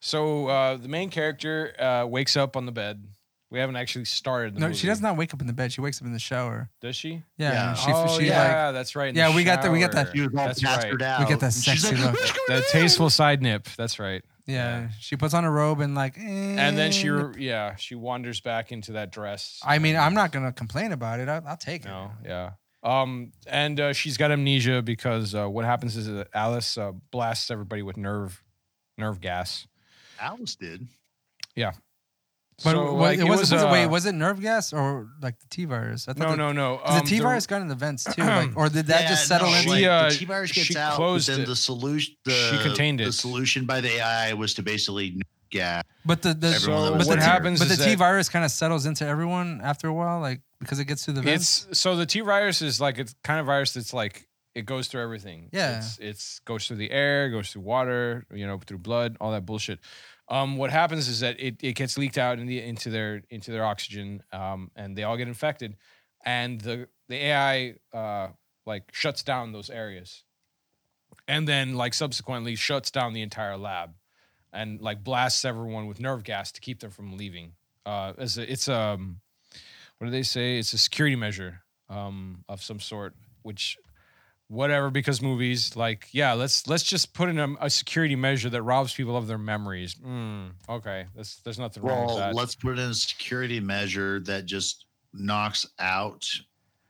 so uh, the main character uh, wakes up on the bed. We haven't actually started. The no, movie. she does not wake up in the bed. She wakes up in the shower. Does she? Yeah. Yeah. She, oh, she like yeah, that's right. in the Yeah, we got the- we got shower. that- she was all That's passed right. out. We get that and she's sexy look. "What's going That on?" tasteful side nip. That's right. Yeah, Yeah. she puts on a robe and like, And then she, eh. Mm. re- yeah, she wanders back into that dress. I mean, I'm not gonna complain about it. I'll, I'll take No, yeah. Um, and uh, she's got amnesia because uh, what happens is that Alice uh, blasts everybody with nerve, nerve gas. Alice did. But so, wa- like, it was, was it- uh, wait, was it nerve gas or like the T virus? I thought no, no, the, no. um, 'cause the T virus got in the vents too, like, or did that Yeah, just settle no, in? She, like, uh, the T virus she gets out, closed but then it. the solution, the, She contained The it. solution by the AI was to basically, yeah, but the, the Everyone that So was but what the, there. happens but the is T that virus kind of settles into everyone after a while, like because it gets through the vents. It's so the T virus is like it's kind of virus that's like it goes through everything. Yeah. it's, it's goes through the air, goes through water, you know, through blood, all that bullshit. Um, what happens is that it, it gets leaked out in the, into their into their oxygen, um, and they all get infected, and the the AI uh, like shuts down those areas, and then like subsequently shuts down the entire lab, and like blasts everyone with nerve gas to keep them from leaving. Uh, as a, it's um, what do they say? It's a security measure um, of some sort, which whatever because movies like yeah let's let's just put in a, a security measure that robs people of their memories mm, okay that's there's nothing wrong with well, that let's put in a security measure that just knocks out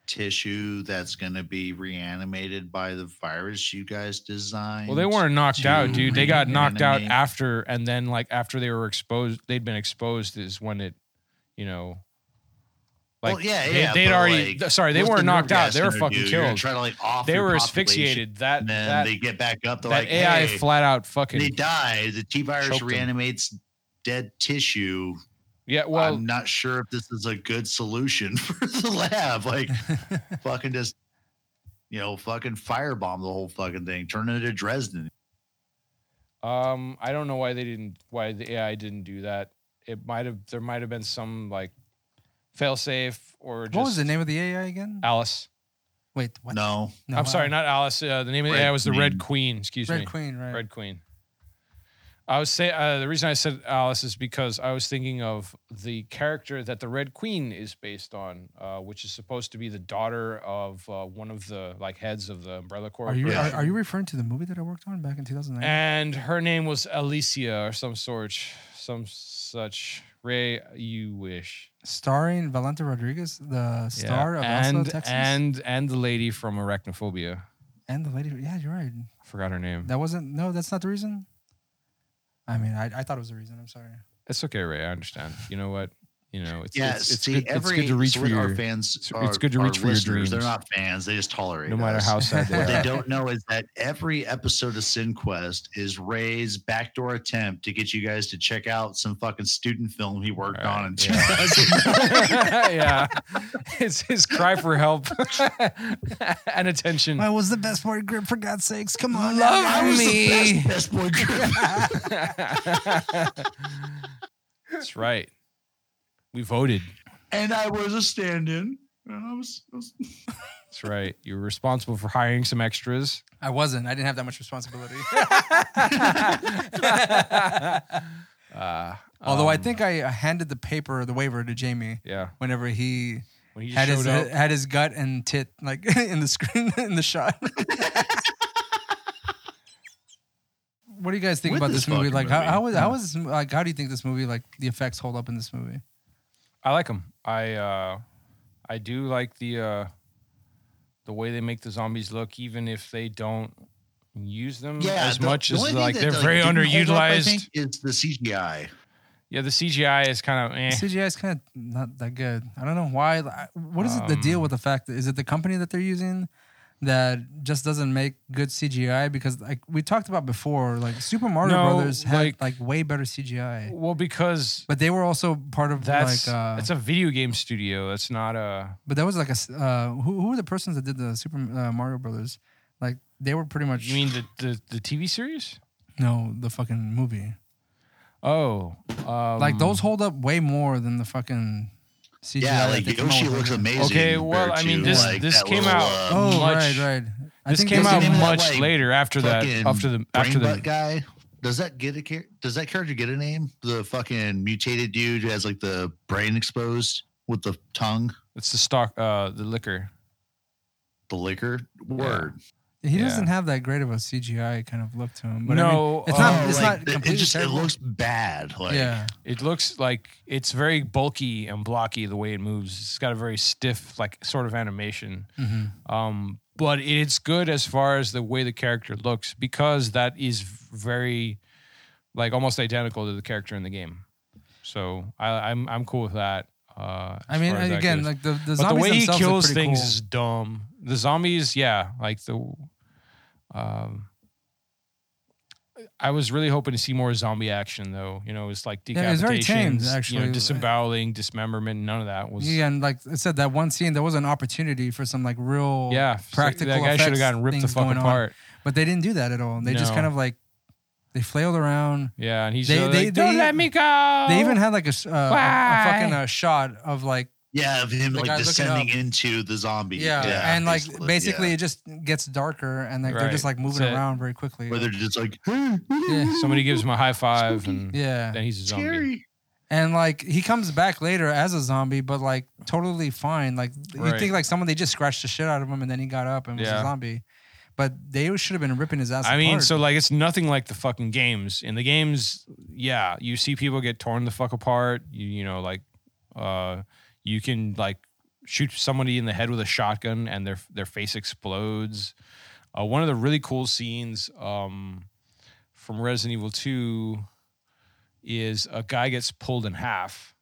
tissue that's going to be reanimated by the virus you guys designed. well they weren't knocked out to dude they got knocked out reanimate. after and then like after they were exposed they'd been exposed is when it you know like Well, yeah, they, yeah, would but, already like, sorry they what's the weren't nerve knocked out gas they were gonna fucking do? You're gonna killed try to like off they your were population, asphyxiated that And then that, they get back up. They're that like, ai "Hey, flat out fucking they die. The T choked virus 'em. reanimates dead tissue. yeah well I'm not sure if this is a good solution for the lab. Like, fucking just, you know, fucking firebomb the whole fucking thing, turn it into Dresden. Um, I don't know why they didn't. Why the AI didn't do that? It might have. There might have been some like failsafe or just what was the name of the AI again? Alice. Wait, what? No, No, I'm sorry, uh, not Alice. Uh, the name of the Red AI was the Red Queen. Queen. Excuse Red me, Queen, right? Red Queen. I was say uh, the reason I said Alice is because I was thinking of the character that the Red Queen is based on, uh, which is supposed to be the daughter of uh, one of the like heads of the Umbrella Are Corporation. you Yeah. are, are you referring to the movie that I worked on back in 2009? and her name was Alicia or some sort, some such. Ray, you wish. starring Valenta Rodriguez, the Yeah. star of and Elsa, Texas, and, and and the lady from Arachnophobia. the lady. Yeah, you're right. I forgot her name. That wasn't. No, that's not the reason. I mean, I, I thought it was the reason. I'm sorry. It's okay, Ray. I understand. You know what? You know it's yeah. it's, it's see, good, every it's good to reach so for what our your. fans. it's- our- it's good to reach our for your listeners, They're dreams. not fans; they just tolerate. No matter us. how sad What they they are. don't know is that every episode of SinQuest is Ray's backdoor attempt to get you guys to check out some fucking student film he worked All right, on. In yeah. 2000. yeah, it's his cry for help and attention. I was the best boy grip for God's sakes. Come on, Hmm. Love I was the me. best- Best boy group. That's right. We voted. and I was a stand-in. And I was, I was That's right. You were responsible for hiring some extras. I wasn't. I didn't have that much responsibility. Uh, Although I um, think I handed the paper, the waiver, to Jamie yeah, whenever he when he just had his showed uh, up, had his gut and tit like in the screen in the shot. what do you guys think With about this this movie? fucking Like, how, movie. how was how was this, like how do you think this movie like the effects hold up in this movie? I like them. I uh, I do like the uh, the way they make the zombies look, even if they don't use them Mm, as the- much the as only thing like that, they're very didn't hold up, I underutilized. think, is the CGI. yeah, the CGI is kind of eh. CGI is kind of not that good. I don't know why. Like, What is it the deal Um, with the fact that is it the company that they're using that just doesn't make good CGI? Because like we talked about before, like Super Mario No, Brothers had like, like- way better CGI, well because but they were also part of that's like uh, it's a video game studio. That's not a But that was like a s- uh, who who were the persons that did the Super uh, Mario Brothers? Like they were pretty much you mean the the, the TV series? no the fucking movie. Oh, um, like those hold up way more than the fucking CGI. Yeah, that like they come out Yoshi with. looks amazing. Okay, well, compared I mean, to, this- like, this that came little, out uh, Oh much- right, right. I this think came that's the out name of that- much like, later after that fucking after the after brain the butt guy. Does that get a char- Does that character get a name? The fucking mutated dude who has like the brain exposed with the tongue, it's the stock uh the liquor. the liquor word. He Yeah. doesn't have that great of a CGI kind of look to him. But I mean, no, it's not- um, it's Oh, like, not it- completely It just it terrible. looks bad. Like, yeah, It looks like it's very bulky and blocky the way it moves. It's got a very stiff, like sort of animation. Mhm. Um, but it's good as far as the way the character looks because that is very, like, almost identical to the character in the game. So I, I'm I'm cool with that. Uh, I as mean, far as that again, goes. like the, the but the zombies way he themselves look kills pretty things cool. is dumb. The zombies, yeah, like the. Um, I was really hoping to see more zombie action, though. You know, it's like Yeah, it was decapitations, very tame, you actually. know, disemboweling, dismemberment. None of that was. yeah, and like I said, that one scene there was an opportunity for some like real yeah so practical. That guy should have effects gotten ripped the things fuck going on. apart. but they didn't do that at all. They just No. kind of like they flailed around. Yeah, and he's They- just they- like, "Don't they- let me go." They even had like a, s- uh, a- a Oh. Why? fucking uh, shot of like Yeah, of him The guy like looking descending into the zombie. yeah, and like basically, yeah. it just gets darker and like they're Right. just like moving That's it. around very quickly. where they're just like Yeah. somebody gives him a high five, and yeah, then he's a zombie. scary. and like he comes back later as a zombie, but like totally fine. Like you Right. think like someone they just scratched the shit out of him and then he got up and was Yeah. a zombie, but they should have been ripping his ass. I mean, apart. so like it's nothing like the fucking games. In the games, yeah, you see people get torn the fuck apart. You you know like, uh, you can like shoot somebody in the head with a shotgun and their their face explodes. Uh, one of the really cool scenes um, from Resident Evil Two is a guy gets pulled in half.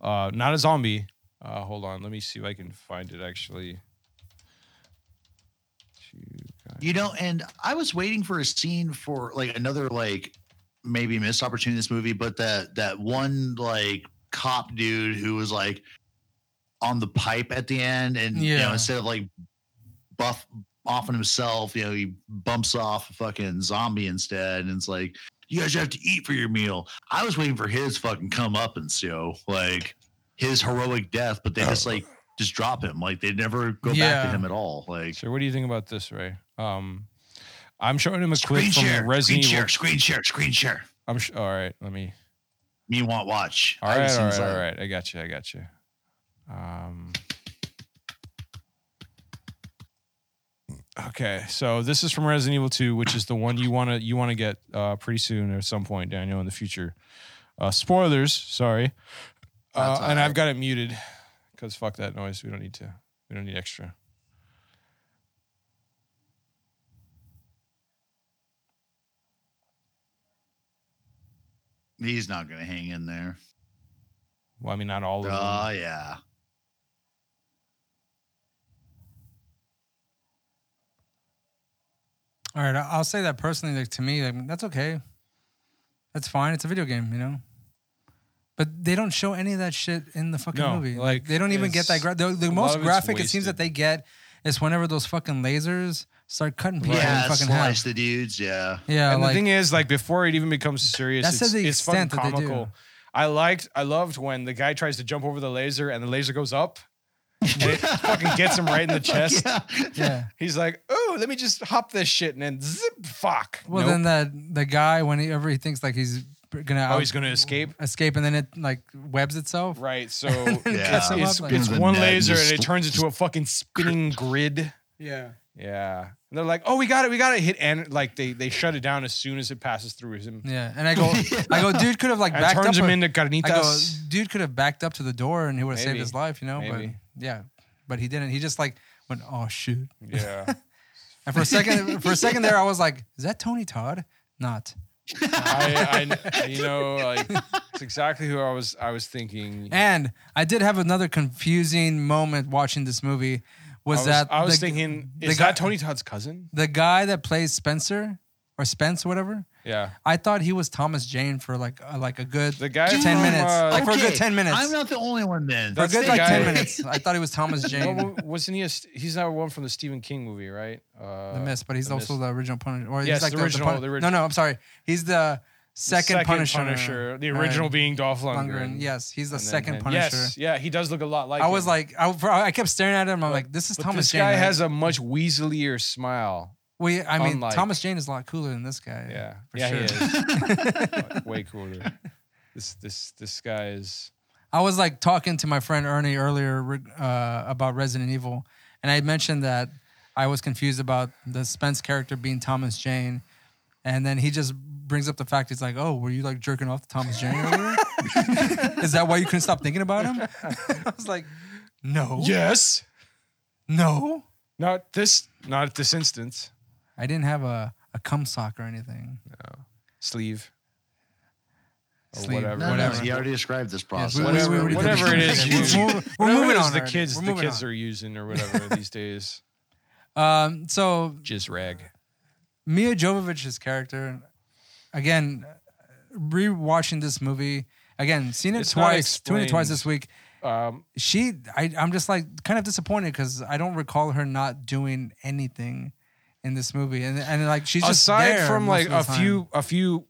Uh, not a zombie. Uh, hold on, let me see if I can find it actually. You know, and I was waiting for a scene for like another like maybe missed opportunity in this movie, but that that one like cop dude who was like on the pipe at the end, and you Yeah. know instead of like buff offing himself, you know he bumps off a fucking zombie instead, and it's like you guys have to eat for your meal. I was waiting for his fucking come up and so like his heroic death, but they just like just drop him like they never go back Oh. Yeah. to him at all. Like So what do you think about this, Ray? Um, I'm showing him a clip Screen from share, screen Resident Evil. share, screen share, screen share. I'm sh- all right. Let me. Me want watch. All I haven't right, seen all right, this all either. right. I got you. I got you. Um. Okay, so this is from Resident Evil 2, which is the one you wanna you wanna get uh, pretty soon or at some point, Daniel, in the future. Uh, spoilers, sorry. Uh, That's all and I've right. got it muted because fuck that noise. We don't need to. We don't need extra. He's not gonna hang in there. Well, I mean, not all of Oh them. yeah. All right, I- I'll say that personally. Like to me, like that's okay. That's fine. It's a video game, you know. But they don't show any of that shit in the fucking No, movie. like, Like they don't even get that. it's- Gra- the the a lot most of it's graphic it seems that wasted. they get is whenever those fucking lasers start cutting people Yeah, in fucking slice half. the dudes. Yeah. Yeah, and like the thing is, like before it even becomes serious, That's it's, to the it's fucking extent that they do. comical. I liked, I loved when the guy tries to jump over the laser and the laser goes up. and it fucking gets him right in the chest. Yeah. yeah. He's like, "Oh, let me just hop this shit and then zip, fuck." Well, Nope. then that the guy whenever he thinks like he's gonna oh, out- he's gonna escape, escape, and then it like webs itself. right? So it's, cuts him it's, up like- it's The one net laser just- and it turns into a fucking spinning grid. Yeah. Yeah, and they're like, "Oh, we got it, we got it." Hit and like they they shut it down as soon as it passes through him. Yeah, and I go, I go, dude could have like And backed turns up. him a- into I go, carnitas. dude could have backed up to the door and he would have saved Maybe. his life, you know. Maybe. But yeah, but he didn't. He just like went, oh shoot. Yeah. And for a second, for a second there, I was like, is that Tony Todd? Not. I, I, you know, like it's exactly who I was. I was thinking. And I did have another confusing moment watching this movie. Was, I was, that I was the, thinking? the Is guy- that Tony Todd's cousin? the guy that plays Spencer or Spence, whatever? Yeah, I thought he was Thomas Jane for like a, like a good the guy. ten from, minutes, uh, like for a good Okay, ten minutes, I'm not the only one then. for a That's good the like guy- ten minutes. I thought he was Thomas Jane. well, wasn't he? A, st- he's not one from the Stephen King movie, right? Uh, the Mist, but he's The also Mist. the original Punisher. Or Yes, he's like the the, the original- Pun- the original. No, no, I'm sorry. He's the the second, Punisher. The Right. original being Dolph Lundgren. Lundgren. Yes, he's the And then- second and- Punisher. Yes, yeah, he does look a lot like. I was him. like, I, for- I kept staring at him. I'm But- like, this is but Thomas this Jane. guy right? has a much weaselier smile. Well, yeah, I mean, unlike- Thomas Jane is a lot cooler than this guy. Yeah, for yeah, sure. he is Like, way cooler. This this this guy is. I was like talking to my friend Ernie earlier reg- uh, about Resident Evil, and I had mentioned that I was confused about the Spence character being Thomas Jane, and then he just brings up the fact he's like, "Oh, were you like jerking off to Thomas Jane earlier? Is that why you couldn't stop thinking about him?" I was like, "No, Yes. no, Not this. Not at this instance. I didn't have a a cum sock or anything." Sleeve. or Sleep. whatever. No, Whatever. no, he already described this Yes, process. we- we- Whatever- we- we- whatever it is, We're you- moving- we're Whatever it moving is on. the Aaron. kids We're the moving kids on. are using or whatever these days. Um, so Jizz rag. Mia Jovovich's character, again, rewatching this movie again, seen it It's not twice, doing it twice explained. this week. Um, She, I, I'm just like kind of disappointed because I don't recall her not doing anything in this movie, and and like she's just aside there from most like of the a time. few a few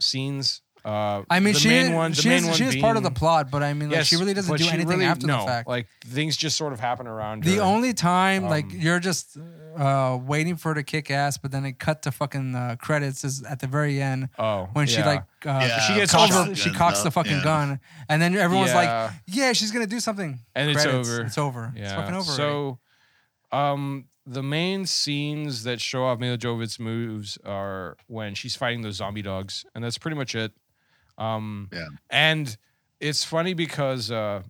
scenes. Uh, I mean, the she main is- one, the she main is, one she is part of the being- plot, but I mean, like, Yes, she really doesn't but do she anything really- after the no, fact. Like things just sort of happen around. the her. only time like Um, you're just uh, waiting for her to kick ass, but then it cut to fucking uh, credits is at the very end oh when she yeah. like uh, Yeah, she gets cocks, over- she shotguns cocks up, the fucking yeah. gun, and then everyone's Yeah. like, "Yeah, she's gonna do something," And it's Credits. over. It's over. yeah. It's fucking over. already. So, um, the main scenes that show off Mila Jovovich's moves are when she's fighting those zombie dogs, and that's pretty much it. Um, Yeah. And it's funny because, uh,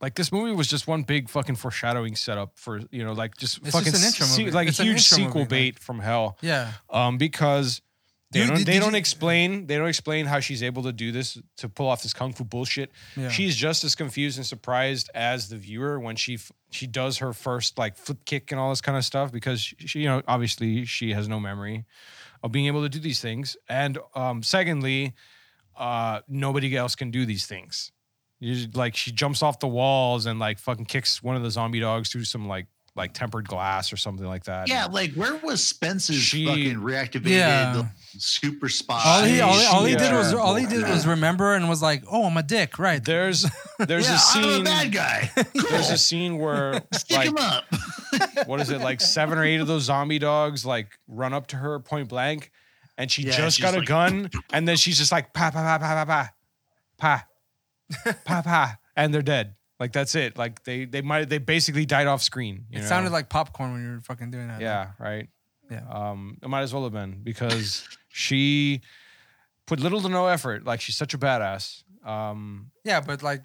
like, this movie was just one big fucking foreshadowing setup for you know, like, just It's fucking just an intro se- movie. like It's a an huge intro sequel movie, like- bait from hell. yeah, um, because they You- don't, did- they did don't you- explain they don't explain how she's able to do this to pull off this kung fu bullshit. Yeah. She's just as confused and surprised as the viewer when she f- she does her first like flip kick and all this kind of stuff because she, she, you know obviously she has no memory of being able to do these things and um, secondly uh, nobody else can do these things. You, like she jumps off the walls and like fucking kicks one of the zombie dogs through some like like tempered glass or something like that. Yeah, like where was Spence's She- fucking reactivated Yeah. the super spy? all he all, she- uh, all he did yeah. was all he did was remember and was like, "Oh, I'm a dick," right? There's there's yeah, a I'm scene a bad guy. There's Cool. a scene where Stick like him up. what is it like seven or eight of those zombie dogs like run up to her point blank, and she Yeah, just she's got a like- gun, and then she's just like pa pa pa pa pa pa pa pa pa, and they're dead. Like that's it. Like they they might they basically died off screen. it sounded like popcorn when you were fucking doing that. yeah right Yeah. Um, it might as well have been because she put little to no effort. Like she's such a badass. Um, yeah, but like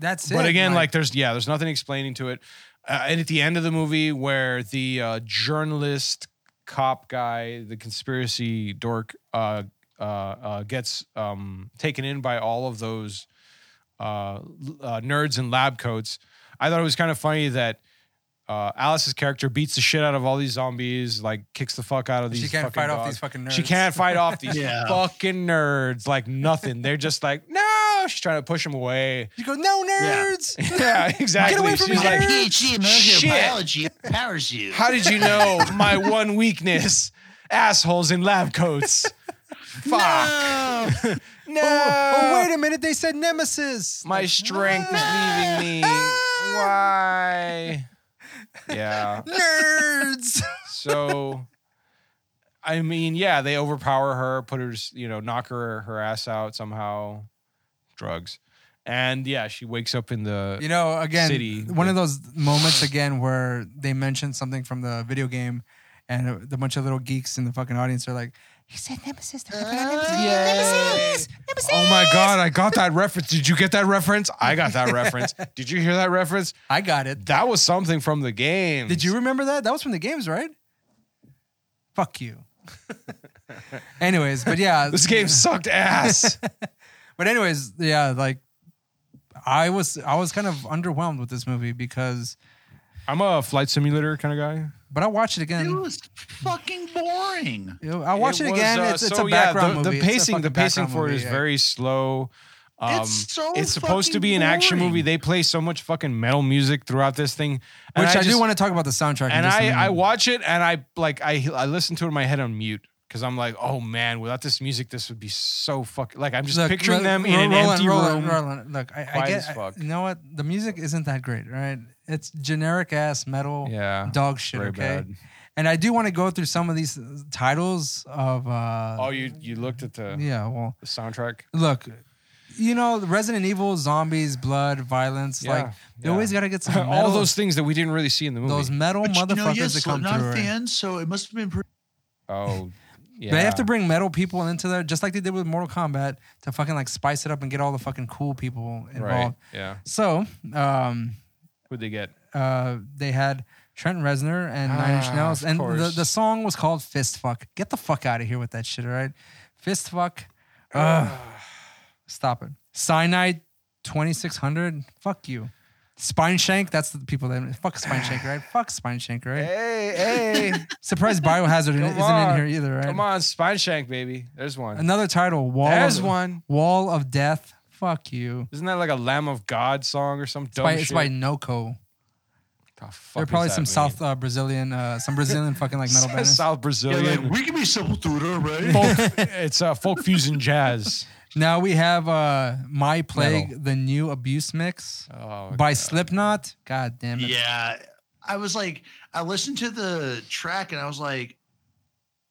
that's it. but again, like, there's yeah, there's nothing explaining to it. Uh, and at the end of the movie, where the uh, journalist cop guy, the conspiracy dork, uh, uh, uh, gets um, taken in by all of those uh, l- uh, nerds in lab coats, I thought it was kind of funny that. Uh, Alice's character beats the shit out of all these zombies, like kicks the fuck out of these. she can't fucking fight off dogs. these fucking nerds. She can't fight off these Yeah. fucking nerds like nothing. They're just like, no. She's trying to push them away. She goes, "No nerds." Yeah, exactly. away from She's me, like, Eric. PhD in Shit. biology empowers you. how did you know my one weakness? Assholes in lab coats. Fuck. No. No. Oh, oh, wait a minute! They said nemesis. my strength is leaving me. Why? Yeah. nerds. So, I mean, yeah, they overpower her, put her, you know, knock her her ass out somehow. Drugs. And yeah, she wakes up in the. you know, again, city. one of those moments again where they mention something from the video game, and a, the bunch of little geeks in the fucking audience are like, "He said Nemesis." they're talking about Ah, Nemesis. Nemesis. Nemesis. Oh my God, I got that reference. Did you get that reference? I got that reference. Did you hear that reference? I got it. That was something from the game. Did you remember that? That was from the games, right? Fuck you. anyways, but yeah, This game sucked ass. but anyways, yeah, like I was, I was kind of underwhelmed with this movie because, I'm a flight simulator kind of guy. but I watched it It again. was fucking boring. You know, I watched it, again. it's, it's a background uh, the, movie. The It's a pacing, the fucking pacing background for it movie, is yeah. very slow. Um, It's so it's supposed to be an fucking action movie. boring. They play so much fucking metal music throughout this thing, and Which I, do just- want to talk about the soundtrack. in And just a I, I minute. watch it and I like I I listen to it in my head on mute because I'm like, oh man, without this music, this would be so fucking like I'm just Look, picturing ro- them in ro- an roll empty roll room. roll on. Look, I, I quiet get. as fuck. you know what? The music isn't that great, right? It's generic ass metal, Yeah, dog shit. very okay, bad. and I do want to go through some of these uh, titles of. Uh, Oh, you you looked at the, yeah. Well, the soundtrack. look, you know, the Resident Evil, zombies, blood, violence. Yeah, like they yeah. always got to get some metal, All those things that we didn't really see in the movie. those metal But motherfuckers you know, yes, that come not through. at the right? end, so it must have been pretty. oh, yeah. They have to bring metal people into there, just like they did with Mortal Kombat, to fucking like spice it up and get all the fucking cool people involved. right. Yeah. So, um, Who'd they get? uh, they had Trent Reznor and Nine Inch Ah, Nails, of and the, course. the song was called Fist Fuck. Get the fuck out of here with that shit, all right? Fist Fuck Ugh. Stop it. Cyanide 2600. Fuck you. Spine Shank. That's the people that fuck Spine Shank, right? Fuck Spine Shank, right? Hey, hey. Surprise Biohazard isn't Come on. in here either, right? Come on, Spine Shank, baby. There's one. Another title. Wall. There's of, one. Wall of Death. Fuck you. Isn't that like a Lamb of God song or some It's dumb by, shit? it's by Noco. The fuck They're does probably that some mean? South uh, Brazilian, uh, some Brazilian fucking like metal band. South Yeah, Brazilian. like, we can be simple through there, right? folk, it's uh, folk fusion jazz. Now we have uh, My Plague, the new abuse mix Oh, by Slipknot. God damn it. Yeah. I was like, I listened to the track and I was like,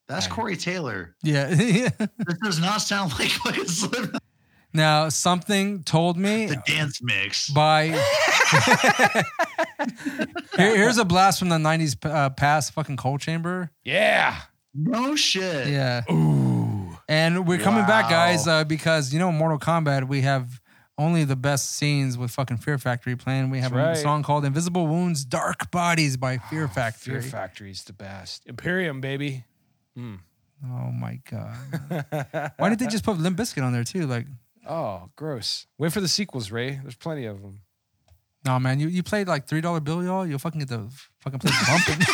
that's Right. Corey Taylor. Yeah. This does not sound like fucking Slipknot. now, something told me The dance mix. by. Here- here's a blast from the 90s uh, past fucking coal chamber. yeah. No shit. Yeah. Ooh. And we're coming back, Wow. guys, uh, because you know, in Mortal Kombat, we have only the best scenes with fucking Fear Factory playing. We have That's a right. Ah, song called Invisible Wounds, Dark Bodies by Fear Factory. Fear Factory's the best. Imperium, baby. oh my God. Why did they just put Limp Bizkit on there too? Like, Oh, gross. Wait for the sequels, Ray. There's plenty of them. nah, man, you, you played like $3 bill, y'all. You'll fucking get the fucking place bumping.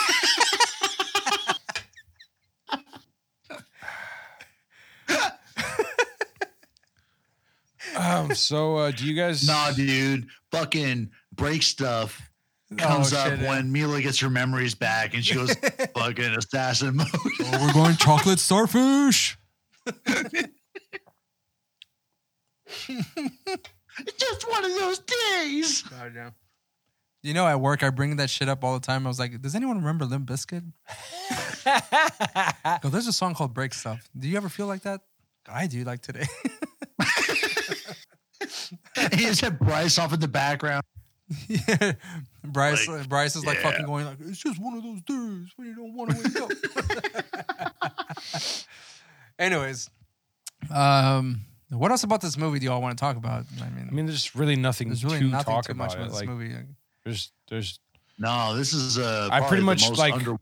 Um, so, uh, do you guys? Nah, dude. Fucking break stuff comes Oh, up when Mila gets her memories back and she goes fucking assassin mode. Oh, we're going chocolate starfish. It's just one of those days. You know, at work, I bring that shit up all the time. I was like, does anyone remember Limp Bizkit? Yo, there's a song called Break Stuff. Do you ever feel like that? I do, like today. He just had Bryce off in the background. yeah. Bryce, Bryce is like yeah. fucking going like, it's just one of those days when you don't want to wake up. Anyways, um, what else about this movie do y'all want to talk about? I mean, I mean, there's really nothing there's really to nothing talk too much about. about it. this Like, movie. there's, there's, No, this is uh, I pretty probably the much, most like- under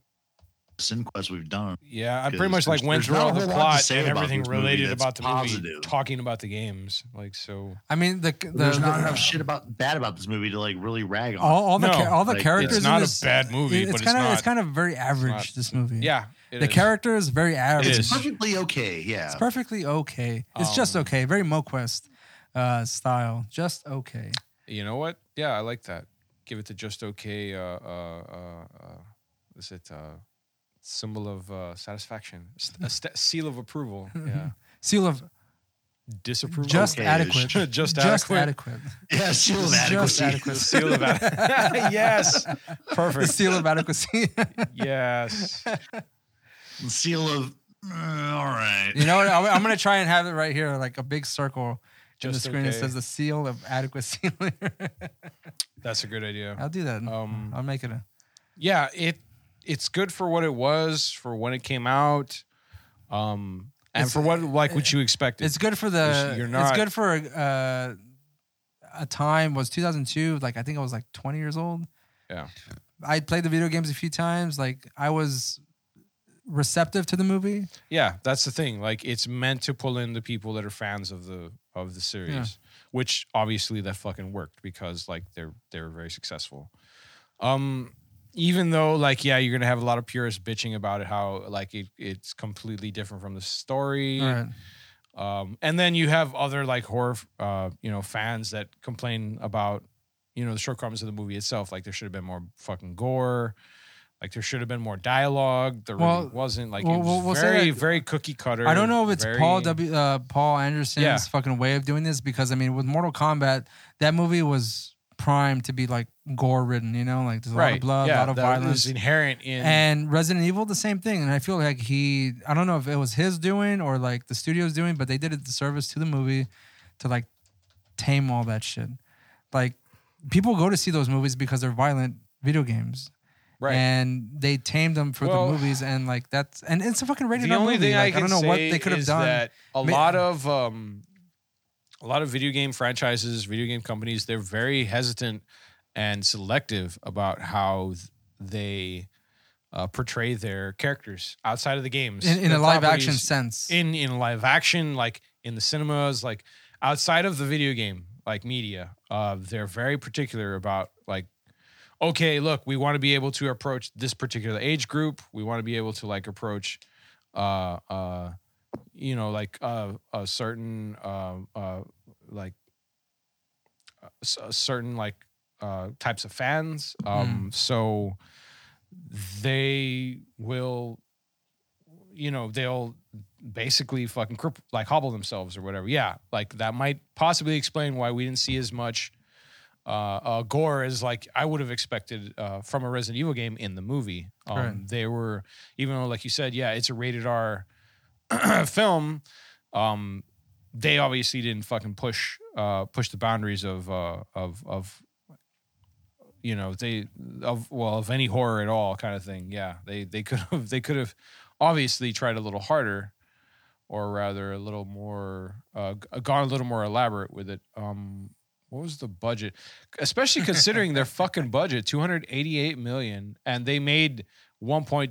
sin quest we've done. yeah, I pretty Because much like there's- went there's through not a all the whole lot to plot say and about everything this movie related that's about the movie, positive. talking about the games. Like, so I mean, the the, There's not the- enough shit about bad about this movie to like really rag on. all, all the No, cha- all the like, it's characters. in not a this- bad movie, it's but it's kind of not- it's kind of very average. not- this movie, yeah, it Mm. the is. character is very average. is. it's perfectly okay. Yeah. It's perfectly okay. It's just Um, okay. Very MoQuest uh, style. Just okay. You know what? Yeah, I like that. Give it the just okay. Uh, uh, uh, uh, is it uh, symbol of uh, satisfaction? S- A st- seal of approval. Yeah, Seal of disapproval. just Okay-ish. adequate. Just adequate. adequate. yeah. Seal of Just adequacy. adequate. The seal of ad- yes, The perfect. seal of adequacy. Yes, Seal of. mm, all right. you know what? I'm, I'm gonna try and have it right here, like a big circle in the Just screen that okay. says the seal of adequacy. that's a good idea. I'll do that. Um, I'll make it a. yeah, it it's good for what it was for when it came out, um, and It's- for what like what you expected. It's good for the. It's- you're It's not- good for uh, a time was 2002. Like I think I was like 20 years old. Yeah. I played the video games a few times. Like I was receptive to the movie. Yeah, that's the thing. Like it's meant to pull in the people that are fans of the of the series, which obviously that fucking worked because like they're they're very successful. Um even though like yeah, you're going to have a lot of purists bitching about it how like it, it's completely different from the story. All right. Um and then you have other like horror uh you know fans that complain about you know the shortcomings of the movie itself like there should have been more fucking gore. Like there should have been more dialogue. There Well, really wasn't. Like well, it was we'll- we'll say very, that- uh, very cookie cutter. I don't know if it's very- Paul W. Uh, Paul Anderson's Yeah. fucking way of doing this because I mean, with Mortal Kombat, that movie was primed to be like gore ridden. You know, like there's a lot of blood, a lot of that violence. is inherent in. and Resident Evil, the same thing. And I feel like he, I don't know if it was his doing or like the studio's doing, but they did a disservice to the movie to like tame all that shit. Like people go to see those movies because they're violent video games. right. And they tamed them for Well- the movies, and like that's and it's a fucking rated the R only movie. thing like, I can don't know say what they could have is done. that a Ma- lot of um, a lot of video game franchises, video game companies, they're very hesitant and selective about how th- they uh, portray their characters outside of the games in, in their a live action properties. sense. in in live action like in the cinemas, like outside of the video game, like media, uh, they're very particular about like, okay, look, we want to be able to approach this particular age group. We want to be able to like approach, uh, uh, you know, like uh, a certain, uh, uh, like uh, s- uh, certain like uh, types of fans. Um, So they will, you know, they'll basically fucking crip- like hobble themselves or whatever. Yeah, like that might possibly explain why we didn't see as much uh, uh, gore as like I would have expected uh, from a Resident Evil game in the movie. Um, Right. They were even though, like you said, yeah, it's a rated R film. Um, they obviously didn't fucking push uh, push the boundaries of uh, of of you know they of well of any horror at all kind of thing yeah they they could have they could have obviously tried a little harder or rather a little more uh, g- gone a little more elaborate with it um what was the budget especially considering their fucking budget 288 million and they made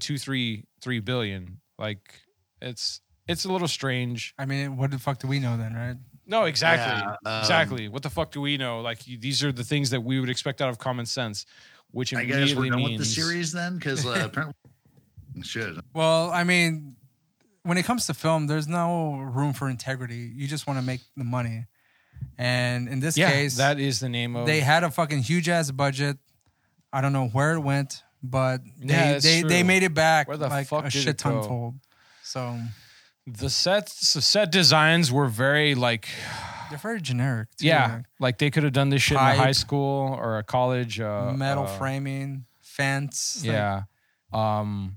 1.233 billion like it's it's a little strange I mean, what the fuck do we know then, right? no exactly Yeah, um, exactly what the fuck do we know like you, these are the things that we would expect out of common sense which I guess immediately we're done means with the series then, because uh, apparently, shit. Well, I mean, when it comes to film, there's no room for integrity. You just want to make the money. And in this yeah case, that is the name of they had a fucking huge ass budget. I don't know where it went, but they Yeah, that's they, they true. made it back Where the like fuck a did it shit go? ton fold. So the sets the set designs were very like they're very generic. too, yeah like like they could have done this shit in Pipe. a high school or a college uh, metal uh, framing, fence. like- yeah um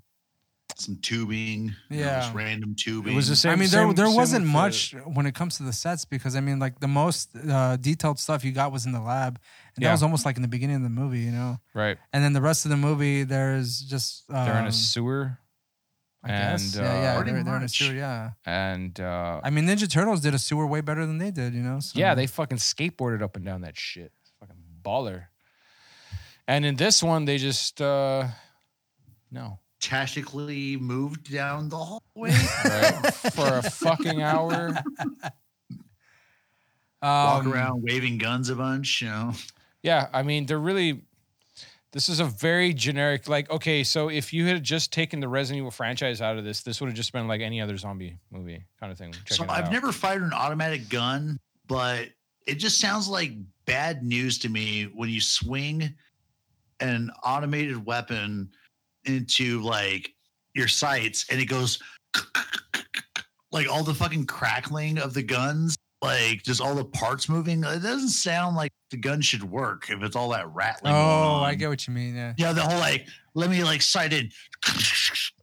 Some tubing. you know, Yeah. just random tubing. it was the same I mean, there same- there same wasn't with the- much when it comes to the sets because I mean, like the most uh, detailed stuff you got was in the lab, and Yeah. that was almost like in the beginning of the movie, you know. right And then the rest of the movie, there's just um, they're in a sewer I guess. and, yeah, yeah, uh, they're, they're in a Pretty sewer. much. Yeah, and uh I mean, Ninja Turtles did a sewer way better than they did, you know. So. yeah they fucking skateboarded up and down that shit fucking baller and in this one they just uh no tactically moved down the hallway. right? for a fucking hour Walk Um, around waving guns a bunch, you know. Yeah, I mean, they're really. This is a very generic, like, okay, so if you had just taken the Resident Evil franchise out of this, this would have just been like any other zombie movie kind of thing. so checking it I've out. never fired an automatic gun, but it just sounds like bad news to me when you swing an automated weapon into like your sights and it goes like all the fucking crackling of the guns, like just all the parts moving. It doesn't sound like the gun should work if it's all that rattling. oh, going I on. get what you mean. Yeah. Yeah, the whole like let me like sight in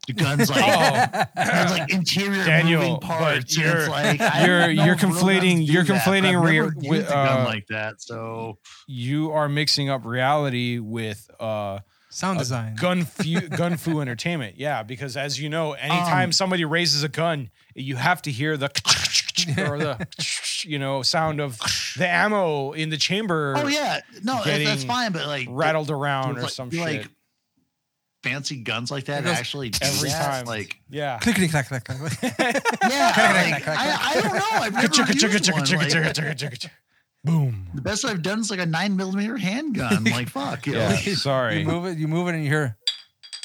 the guns like Oh. there's like interior Daniel, moving but parts. and you're- it's like I you're- don't know you're if real conflating- guns do you're that, but conflating I've never rear- used with, a gun uh, like that. So you are mixing up reality with uh, Sound design. gun fu- gun fu entertainment. Yeah, because as you know, anytime Um, somebody raises a gun, you have to hear the or the you know sound of the ammo in the chamber oh yeah, no, that- that's getting fine. But like rattled it- around it's or some you, shit. fancy guns like that It goes actually do every that? time. Like yeah. Clickety clack clack clack. clack. yeah, Click, click, like, click, I, I don't know. I've never used one. Like, Boom. the best I've done is like a nine millimeter handgun. Like fuck, you know, Yeah, like, You sorry. move it, you move it, and you hear.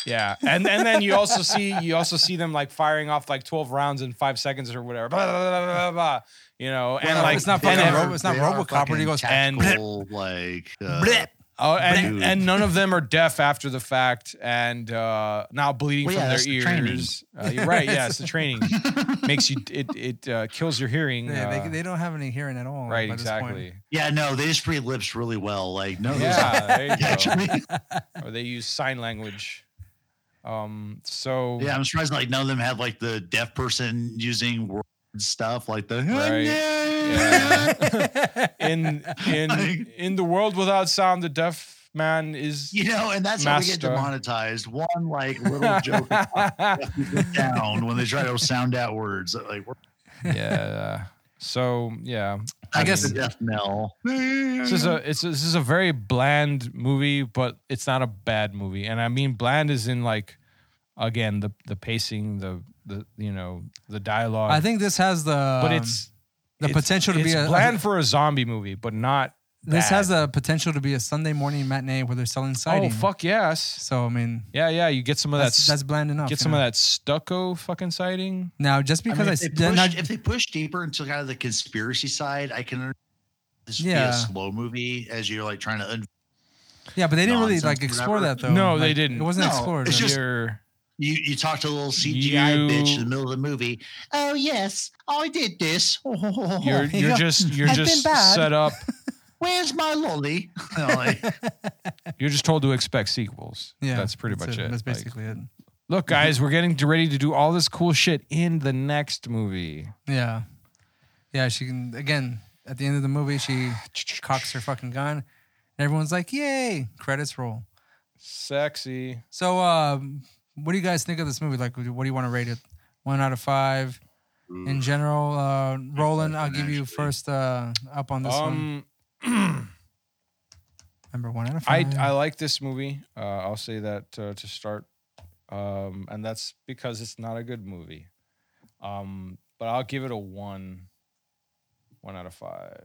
Yeah, and and then you also see you also see them like firing off like twelve rounds in five seconds or whatever. Blah, blah, blah, blah, blah, blah. You know, and Well, like it's not they fucking and, are- robo- it's not they are RoboCop where fucking he goes, and- tactical, like uh, Bleh. oh, and, Dude. and none of them are deaf after the fact and uh, now bleeding Well, from yeah, their that's the training. ears. uh, you're right. Yeah, it's the training makes you it it uh, kills your hearing. Yeah, uh, they, they don't have any hearing at all. right, by this point. exactly. Yeah, no, they just read lips really well. Like, no, Yeah, there you go. actually, or they use sign language. Um. So yeah, I'm surprised like none of them have like the deaf person using word stuff like the Right. Yeah. in in Like- in the world without sound, the deaf man is. you know, and that's how we Master. get demonetized. One like little joke down when they try to sound out words uh, like we're yeah. uh, So yeah, I I guess- guess the death knell. this is Mm-hmm. a it's this is a very bland movie, but it's not a bad movie, and I mean bland is in like again the the pacing, the the you know the dialogue. I think this has the. but it's um, The it's- potential to be it's a- bland for a zombie movie, but not. This bad. has the potential to be a Sunday morning matinee where they're selling siding. Oh fuck yes! So I mean, Yeah, yeah. You get some of that. that's s- that's bland enough. get you some know? of that stucco fucking siding. Now, just I mean, because I, if, they s- now- push, if they push deeper into kind of the conspiracy side, I can. under- This would Yeah. be a slow movie as you're like trying to. Un- yeah, but they didn't really nonsense, like explore whatever. that though. No, they Like, didn't. It wasn't No, explored. it's right? just- You're- you you talked to a little CGI bitch You- in the middle of the movie. Oh yes, I did this. you're you're just you're I've been just bad. set up. Where's my lolly? You know, like, You're just told to expect sequels. yeah, that's pretty that's much it. That's Like, basically it. look, guys, we're getting to- ready to do all this cool shit in the next movie. Yeah, yeah. She can again at the end of the movie she cocks her fucking gun, and everyone's like, "Yay!" Credits roll. Sexy. So, um, what do you guys think of this movie? Like, what do you want to rate it? One out of five. In general, uh, Roland, I'll give you actually. first uh, up on this one. Um, Remember, one out of I five. I like this movie. Uh, I'll say that uh, to start, um, and that's because it's not a good movie. Um, but I'll give it a one. One out of five.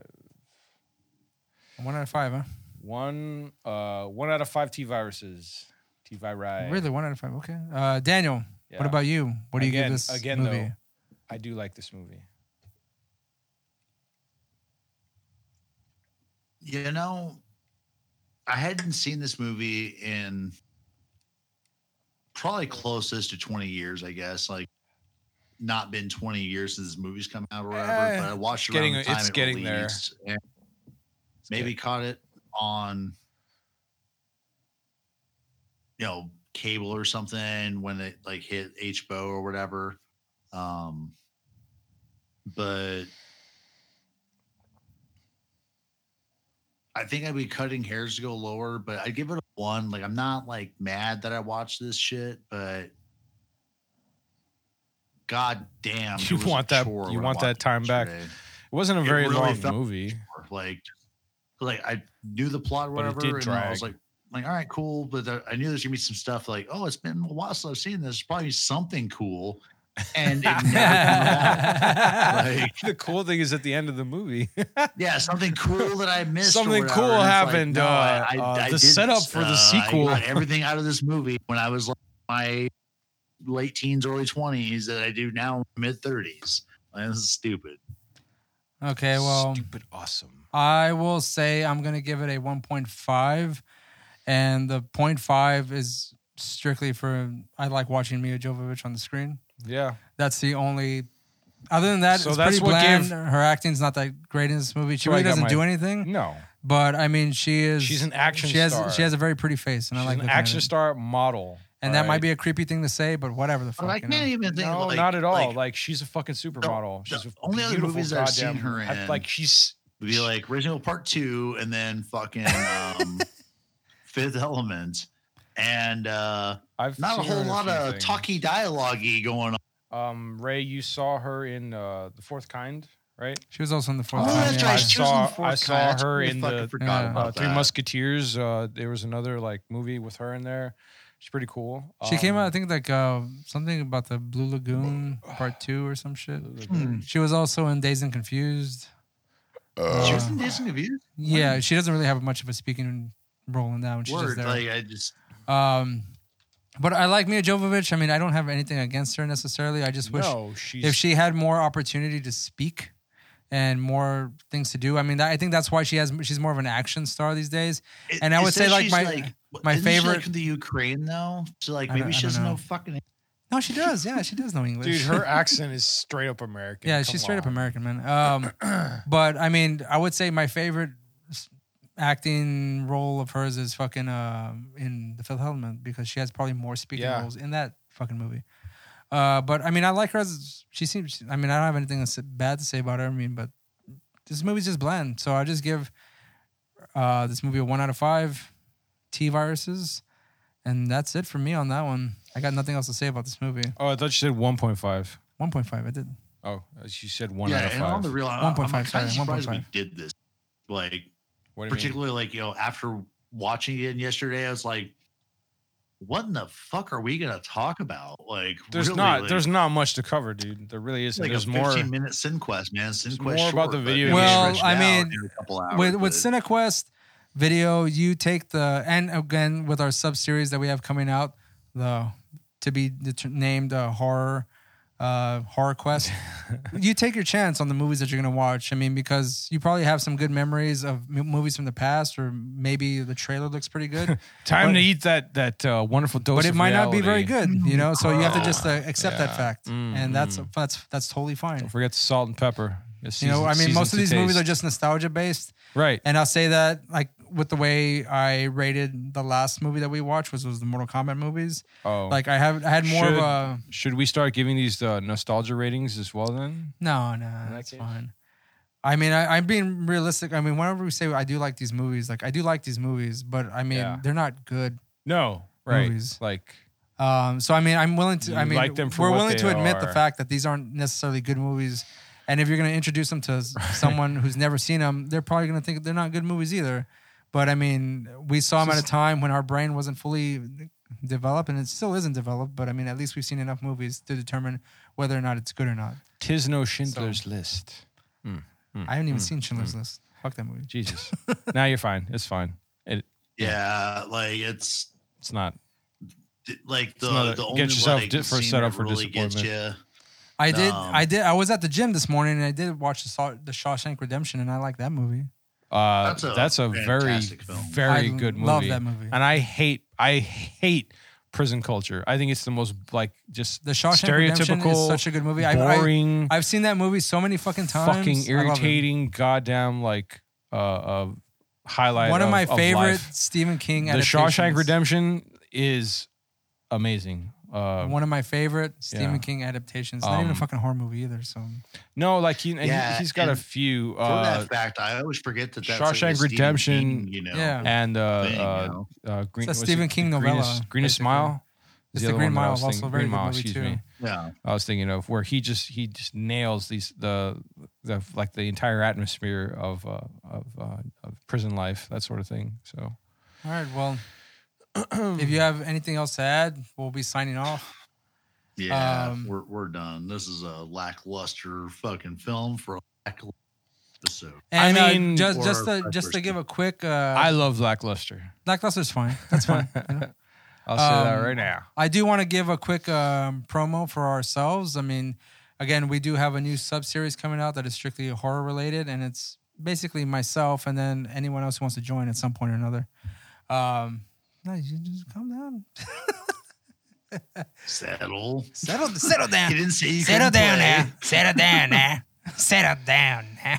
one out of five, huh? One. Uh, one out of five T viruses. T viri. Really, one out of five. Okay. Uh, Daniel, what about you? What do you again, give this again, movie? Though, I do like this movie. you know, I hadn't seen this movie in probably closest to 20 years, I guess. Like, not been 20 years since this movie's come out or whatever, Eh, but I watched it getting- around the time it's it getting there. released and maybe caught it on, you know, cable or something when it like hit HBO or whatever. Um, but I think I'd be cutting hairs to go lower, but I'd give it a one. Like I'm not like mad that I watched this shit, but god damn. You it was a want that- chore you when I want that watched it time back. yesterday. It wasn't a It very really long felt- movie. Like like I knew the plot or But it whatever. did and I drag. was like, like, all right, cool. But there- I knew there's gonna be some stuff like, oh, it's been a while since I've seen this. Probably something cool. And it never came about. Like- the cool thing is at the end of the movie, yeah, something cool that I missed. or Something whatever. cool And it's like, happened, no, uh, uh, the didn't. setup for the I sequel. got everything out of this movie when I was like my late teens, early twenties that I do now, mid thirties. This is stupid. Okay, well, stupid awesome. I will say I'm going to give it a 1.5. And the 0.5 is strictly for I like watching Mia Jovovich on the screen. Yeah, That's the only. Other than that, So it's that's pretty what bland. gave- Her acting's not that great in this movie. She So I really got doesn't my- do anything. no, But I mean, she is. She's an action she has, star. She has a very pretty face, and she's I like an looking at action it. star model, And that might be a creepy thing to say, but whatever the fuck. But I you know? can't even think. no, like, not at all. Like, Like, she's a fucking supermodel. the She's a only other beautiful movies that I've seen goddamn- her I- in- like she's it'd be like original part two, and then fucking um, Fifth Element, and uh, I've not a seen her whole in lot few of things. talky dialogue going on. Um, Ray, you saw her in uh, the Fourth Kind, right? She was also in the Oh, fourth. that's Kind, right. yeah. I She was in saw- the fourth I saw kind. her totally in the, fucking forgot uh, uh, about Three that. Musketeers. Uh, there was another like movie with her in there. She's pretty cool. She came out, I Um, think, like uh, something about the Blue Lagoon Part Two or some shit. Um, Hmm. She was also in Days and Confused. She Uh, was in Disney View. yeah, she doesn't really have much of a speaking role in that one. She's just Word, there. like I just um, but I like Mia Jovovich. I mean, I don't have anything against her necessarily. I just wish no, she's if she had more opportunity to speak and more things to do. I mean, that, I think that's why she has. She's more of an action star these days. It- And I it would say, says like, she's, my- w- my isn't she, like, favorite- from the Ukraine though, so like I don't- maybe I she don't doesn't know know. fucking. No, she does. Yeah, she does know English. dude. Her accent is straight up American. Yeah, Come she's straight up on. American, man. Um, but I mean, I would say my favorite s- acting role of hers is fucking uh, in The Fifth Element because she has probably more speaking Yeah. roles in that fucking movie. Uh, but I mean, I like her as she seems. I mean, I don't have anything that's bad to say about her. I mean, but this movie's just bland. So I just give uh, this movie a one out of five T viruses, and that's it for me on that one. I got nothing else to say about this movie. Oh, I thought she said 1.5. One point five. I did. Oh, she said one yeah, out of and on five. the real, I- I'm 1.5, kind sorry, of surprised we 1.5. did this. Like what do you mean? particularly like you know after watching it yesterday, I was like, what in the fuck are we gonna talk about? Like, There's really, not like, there's not much to cover, dude. There really isn't. like there's a more. 15 minute sin quest, man. Sin there's quest more about short, the but video maybe game. Well, stretched I out mean, in a couple hours, with with but- cinequest video you take the and again with our sub series that we have coming out the to be det- named uh, horror uh, horror quest you take your chance on the movies that you're going to watch i mean because you probably have some good memories of m- movies from the past or maybe the trailer looks pretty good Time but- to eat that that uh, wonderful dose. but it of might not be very reality. good you know so you have to just uh, accept Yeah. that fact Mm, and that's that's that's totally fine Don't forget the salt and pepper. It's you know season- i mean season most to of these movies taste. are just nostalgia based right. and I'll say that like with the way I rated the last movie that we watched, which was the Mortal Kombat movies. Oh, Like I have I had more Should- of a should we start giving these uh, nostalgia ratings as well? Then no, no, that that's case? fine. I mean, I, I'm being realistic. I mean, whenever we say I do like these movies, like I do like these movies, but I mean Yeah. they're not good. no, right? Movies. Like Um, so I mean, I'm willing to. I You mean, like them for we're what willing they to admit the are. fact that these aren't necessarily good movies. And if you're going to introduce them to s- someone who's never seen them, they're probably going to think they're not good movies either. But I mean, we saw them at a time when our brain wasn't fully developed, and it still isn't developed. But I mean, at least we've seen enough movies to determine whether or not it's good or not. tis no Schindler's List. Hmm, I haven't even Mm, seen Schindler's List. Fuck that movie. Jesus. now you're fine. It's fine. It yeah, like it's it's not. d- like the not a- the get only yourself one I di- can for- see set that up for really gets disappointment. you. I did. Um, I did. I was at the gym this morning, and I did watch the, Saw- the Shawshank Redemption, and I like that movie. Uh, that's That's a, a very fantastic film. very I good movie. Love that movie. And I hate I hate prison culture. I think it's the most like just The Shawshank Redemption is stereotypical such a good movie. I, I, boring, I've seen that movie so many fucking times. fucking I love it. irritating, goddamn like uh, uh highlight. One of my favorite life. Stephen King. The Shawshank adaptations. Redemption is amazing. Uh, One of my favorite Stephen Yeah. King adaptations. Not even a Um, fucking horror movie either. So no, like he, and Yeah, he, has got a and few. For Uh, that fact, I always forget that that's Shawshank like a Stephen Redemption, King, you know. yeah. and uh, thing, you uh, know? uh, green, It's was a it Stephen King The novella, Greenest, Greenest basically. Mile. It's the The other Green one that I Mile, was also thinking- a very Green good Mile, movie, excuse too. me. yeah, I was thinking of where he just he just nails these the the like the entire atmosphere of uh, of uh, of prison life that sort of thing. So all right. Well, if you have anything else to add, we'll be signing off. yeah. Um, we're we're done. This is a lackluster fucking film for a lackluster episode. I And, uh, mean, just just or to just to Blackluster. give a quick. Uh, I love lackluster. Lackluster's fine. That's fine. you know? I'll say that Um, right now. I do want to give a quick um, promo for ourselves. I mean, again, we do have a new sub series coming out that is strictly horror related, and it's basically myself and then anyone else who wants to join at some point or another. Um, no, you just calm down, Settle. settle, settle He down, didn't say you settle down couldn't eh? play. now, settle down now, settle down now.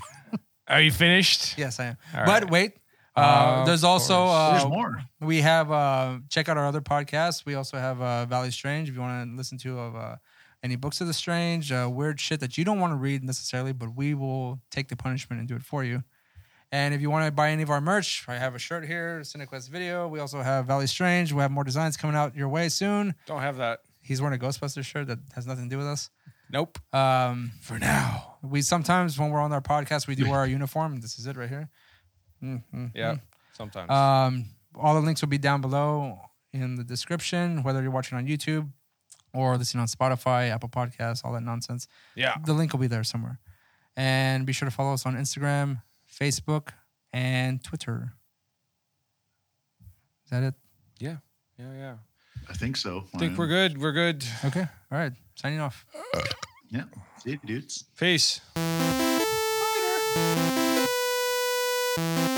Are you finished? Yes, I am. All but right. wait, uh, Of there's also course. uh, There's more. We have uh, check out our other podcasts. We also have uh, Valley Strange. If you want to listen to of uh, any books of the strange, uh, weird shit that you don't want to read necessarily, but we will take the punishment and do it for you. And if you want to buy any of our merch, I have a shirt here, Cinequest video. We also have Valley Strange. We have more designs coming out your way soon. Don't have that. He's wearing a Ghostbusters shirt that has nothing to do with us. Nope. Um, For now. we sometimes when we're on our podcast, we do wear our uniform. This is it right here. Mhm. Yeah. Sometimes. Um, all the links will be down below in the description, whether you're watching on YouTube or listening on Spotify, Apple Podcasts, all that nonsense. yeah. The link will be there somewhere. And be sure to follow us on Instagram, Facebook, and Twitter. Is that it? Yeah. Yeah. I think so. I think we're good. We're good. Okay. All right. Signing off. Yeah. See you, dudes. Peace. Later.